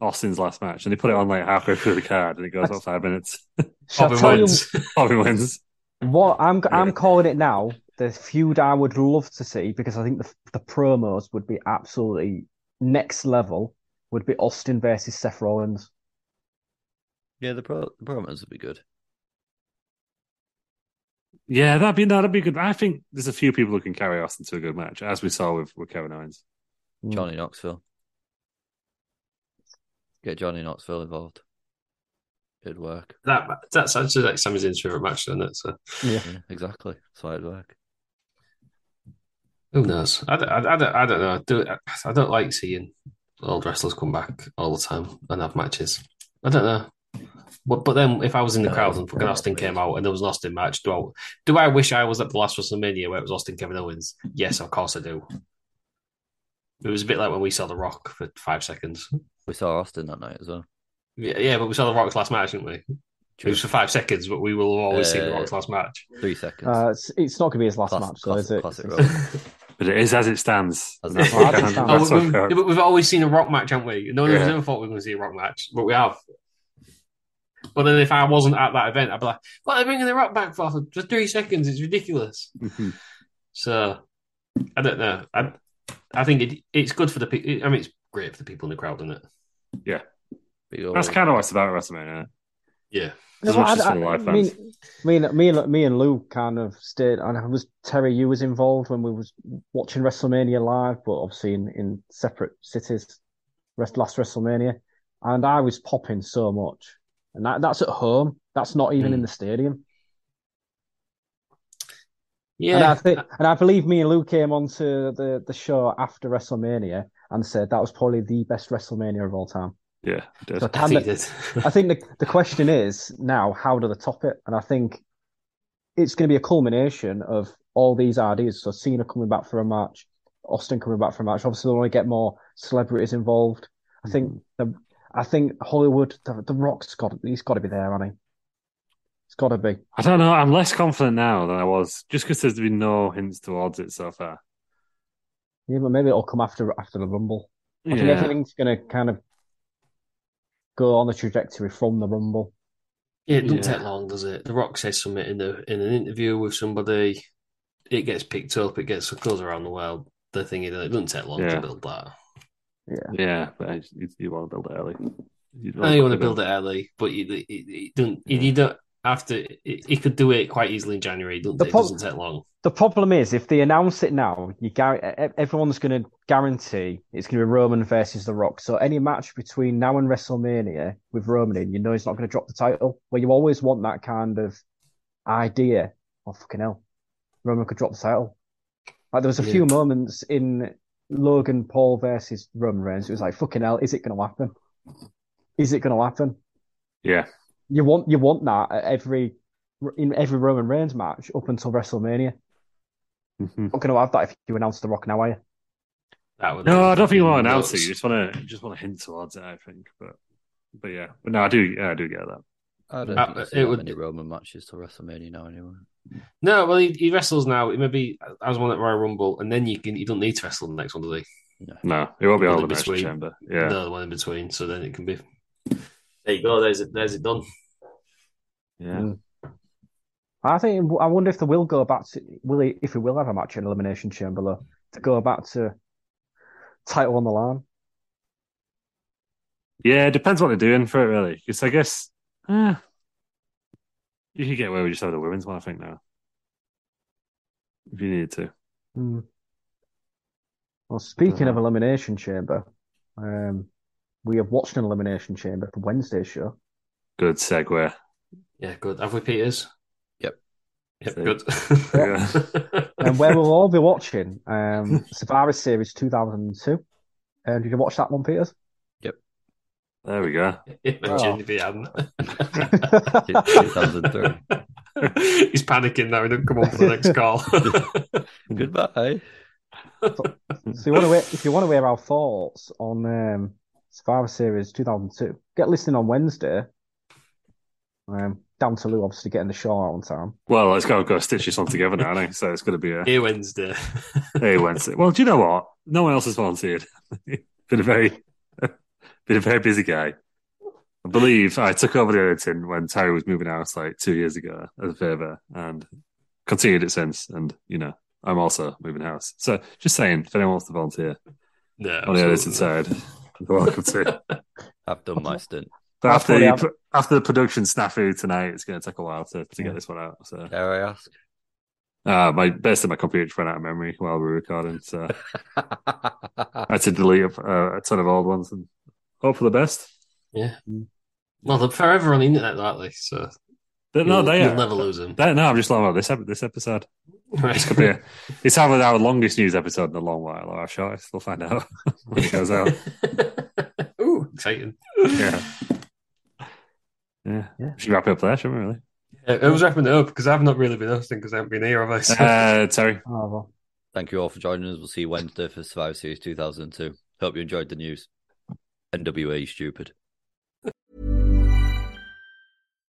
Speaker 4: Austin's last match, and they put it on like halfway through the card, and it goes on five minutes. [LAUGHS]
Speaker 3: Shall I
Speaker 4: Bobby
Speaker 3: tell you-
Speaker 4: wins. Bobby wins.
Speaker 3: [LAUGHS] What I'm I'm calling it now. The feud I would love to see because I think the the promos would be absolutely next level. Would be Austin versus Seth Rollins.
Speaker 7: Yeah, the pro the promos would be good.
Speaker 4: Yeah, that'd be no, that'd be good. I think there's a few people who can carry Austin to a good match, as we saw with with Kevin Owens.
Speaker 7: Johnny Knoxville. Get Johnny Knoxville involved. It'd work.
Speaker 2: [LAUGHS] That that's actually like Sami Zayn's favorite match, isn't it? So
Speaker 3: Yeah.
Speaker 7: exactly. That's why it'd work.
Speaker 2: who knows? I don't, I, I don't, I don't know. I, do, I don't like seeing old wrestlers come back all the time and have matches. I don't know. But, but then, if I was in the crowd and fucking Austin came out and there was an Austin match, do I, do I wish I was at the last WrestleMania where it was Austin Kevin Owens? Yes, of course I do. It was a bit like when we saw The Rock for five seconds.
Speaker 7: We saw Austin that night as well.
Speaker 2: Yeah, yeah but we saw The Rock's last match, didn't we? It was for five seconds, but we will have always see The
Speaker 7: Uh,
Speaker 2: Rock's last match.
Speaker 7: Three seconds.
Speaker 3: Uh, it's, it's not going to be his last match, though, is it?
Speaker 2: [LAUGHS]
Speaker 4: But it is as it stands.
Speaker 7: As
Speaker 4: That's
Speaker 7: it
Speaker 4: what
Speaker 7: stands.
Speaker 4: counts.
Speaker 2: Oh,
Speaker 4: That's
Speaker 2: we've,
Speaker 4: what counts.
Speaker 2: yeah, but we've always seen a rock match, haven't we? No one
Speaker 4: Yeah.
Speaker 2: has ever thought we were going to see a rock match, but we have. But then if I wasn't at that event, I'd be like, what are they bringing the rock back for? For just three seconds, it's ridiculous.
Speaker 4: Mm-hmm.
Speaker 7: [LAUGHS]
Speaker 2: So I don't know. I I think it, it's good for the people. I mean, it's great for the people in the crowd, isn't it?
Speaker 4: Yeah.
Speaker 7: That's
Speaker 4: kind of what it's about at WrestleMania.
Speaker 2: Yeah.
Speaker 4: As much as for the
Speaker 3: I-
Speaker 4: live
Speaker 3: I mean,
Speaker 4: fans.
Speaker 3: me, and, me, and, me and Lou kind of stayed, and I was Terry. You was involved when we was watching WrestleMania live, but obviously in, in separate cities. Rest, last WrestleMania, and I was popping so much, and that, that's at home. That's not even in
Speaker 4: Hmm.
Speaker 3: the stadium. And I
Speaker 2: Yeah.
Speaker 3: think, and I believe me and Lou came onto the the show after WrestleMania and said that was probably the best WrestleMania of all time.
Speaker 4: Yeah, it does.
Speaker 3: So can
Speaker 2: think
Speaker 3: the-
Speaker 2: it is.
Speaker 3: I think the, the question is now how do they top it? And I think it's going to be a culmination of all these ideas. So Cena coming back for a match, Austin coming back for a match. Obviously, they want to get more celebrities involved. I think the, I think Hollywood, the, the Rock's got he's got to be there, hasn't he? It's got to be.
Speaker 4: [LAUGHS] I don't know. I'm less confident now than I was, just because there's been no hints towards it so far.
Speaker 3: Yeah, but maybe it'll come after after the Rumble. I think
Speaker 4: Yeah.
Speaker 3: everything's going to kind of go on the trajectory from the Rumble.
Speaker 2: Yeah, it doesn't
Speaker 3: Yeah.
Speaker 2: take long, does it? The Rock says something in the in an interview with somebody. It gets picked up. It gets goes around the world. The thing is, it doesn't take long
Speaker 4: Yeah.
Speaker 2: to build that.
Speaker 4: Yeah, but I, you, you want to build it early. You
Speaker 2: I know Oh, you want to build it early, but you, it, it, not you, you don't have to. It, it could do it quite easily in January. Doesn't
Speaker 3: The
Speaker 2: it? It
Speaker 3: prob-
Speaker 2: doesn't take long.
Speaker 3: The problem is, if they announce it now, you gar- e- everyone's going to guarantee it's going to be Roman versus The Rock. So any match between now and WrestleMania with Roman in, you know he's not going to drop the title. Well, you always want that kind of idea. Oh fucking hell, Roman could drop the title. Like there was a
Speaker 2: Yeah.
Speaker 3: few moments in Logan Paul versus Roman Reigns. It was like fucking hell, is it going to happen? Is it going to happen?
Speaker 4: Yeah,
Speaker 3: You want you want that at every in every Roman Reigns match up until WrestleMania.
Speaker 2: Mm-hmm.
Speaker 3: Not going to have that if you announce The Rock now, are you?
Speaker 2: That would
Speaker 4: No, I don't think you want to announce it. You just want to just want to hint towards it. I think, but but yeah, but no, I do. Yeah, I do get that.
Speaker 7: I don't
Speaker 2: Uh,
Speaker 7: think
Speaker 2: it
Speaker 7: there's that
Speaker 2: would-
Speaker 7: many Roman matches till WrestleMania now anyway.
Speaker 2: No, well, he, he wrestles now. It may be as one at Royal Rumble, and then you can you don't need to wrestle the next one, do they?
Speaker 4: No, it won't be all
Speaker 2: One
Speaker 4: the
Speaker 2: in
Speaker 4: National
Speaker 2: between.
Speaker 4: Chamber. Yeah,
Speaker 2: No, the one in between. So then it can be. There you go. There's it. There's it done.
Speaker 4: yeah.
Speaker 3: I think I wonder if they will go back to will he, if we will have a match in Elimination Chamber though, to go back to title on the line.
Speaker 4: Yeah, it depends what they're doing for it, really. Because I guess eh, you could get away with just having the women's one, I think, now. If you needed to.
Speaker 3: Hmm. Well, speaking of Elimination Chamber, um, we have watched an Elimination Chamber for Wednesday's show.
Speaker 4: Good segue.
Speaker 2: Yeah, good. Have we Peters?
Speaker 7: Yep.
Speaker 2: Yep.
Speaker 4: Yeah.
Speaker 2: Good.
Speaker 4: Yeah.
Speaker 3: and where we'll all be watching um, Survivor Series 2002. Um, did you watch that one, Peters?
Speaker 4: There we go.
Speaker 2: [LAUGHS] Imagine if he hadn't.
Speaker 4: [LAUGHS]
Speaker 7: Two- 2003.
Speaker 2: [LAUGHS] He's panicking now. He didn't come on for the next call.
Speaker 7: Goodbye.
Speaker 3: So you want to wear, if you want to hear our thoughts on um, Survivor Series 2002, get listening on Wednesday. Um, down to Lou obviously getting the show out on time.
Speaker 4: Well, it's got to go stitch this one together now, hasn't it? so it's going to be a
Speaker 2: Hey Wednesday.
Speaker 4: hey Wednesday. Well, do you know what? No one else has volunteered. [LAUGHS] been a very, [LAUGHS] been a very busy guy. I believe I took over the editing when Terry was moving out like two years ago as a favour, and continued it since. And you know, I'm also moving house. So just saying, if anyone wants to volunteer
Speaker 2: No,
Speaker 4: on the editing
Speaker 2: absolutely
Speaker 4: side, you're welcome to.
Speaker 5: I've done my stint.
Speaker 4: But
Speaker 5: I'll
Speaker 4: after
Speaker 5: probably
Speaker 4: you,
Speaker 5: have-
Speaker 4: put- after the production snafu tonight, it's going to take a while to, to get this one out. So
Speaker 5: dare I ask?
Speaker 4: Uh, my basically my computer just ran out of memory while we were recording, so
Speaker 7: [LAUGHS]
Speaker 4: I had to delete a, uh, a ton of old ones and hope for the best.
Speaker 2: Yeah. Well, they're forever on the internet, aren't they? So
Speaker 4: But no,
Speaker 2: you'll-
Speaker 4: they
Speaker 2: you'll
Speaker 4: are-
Speaker 2: never lose them.
Speaker 4: They- no, I'm just laughing about this ep- this episode.
Speaker 2: Right.
Speaker 4: It's, gonna be a- it's either our longest news episode in a long while or our shortest. We'll find out [LAUGHS] when it
Speaker 2: [LAUGHS]
Speaker 4: goes out.
Speaker 2: [LAUGHS] Ooh, exciting.
Speaker 4: Yeah. Yeah. We should wrap it up there, shouldn't
Speaker 2: [LAUGHS]
Speaker 4: we? Really?
Speaker 2: Yeah, It was wrapping it up because I've not really been hosting because I haven't been here, have I? [LAUGHS] So-
Speaker 4: Uh, Terry.
Speaker 5: Thank you all for joining us. We'll see you Wednesday for Survivor Series 2002. Hope you enjoyed the news. NWA, you stupid.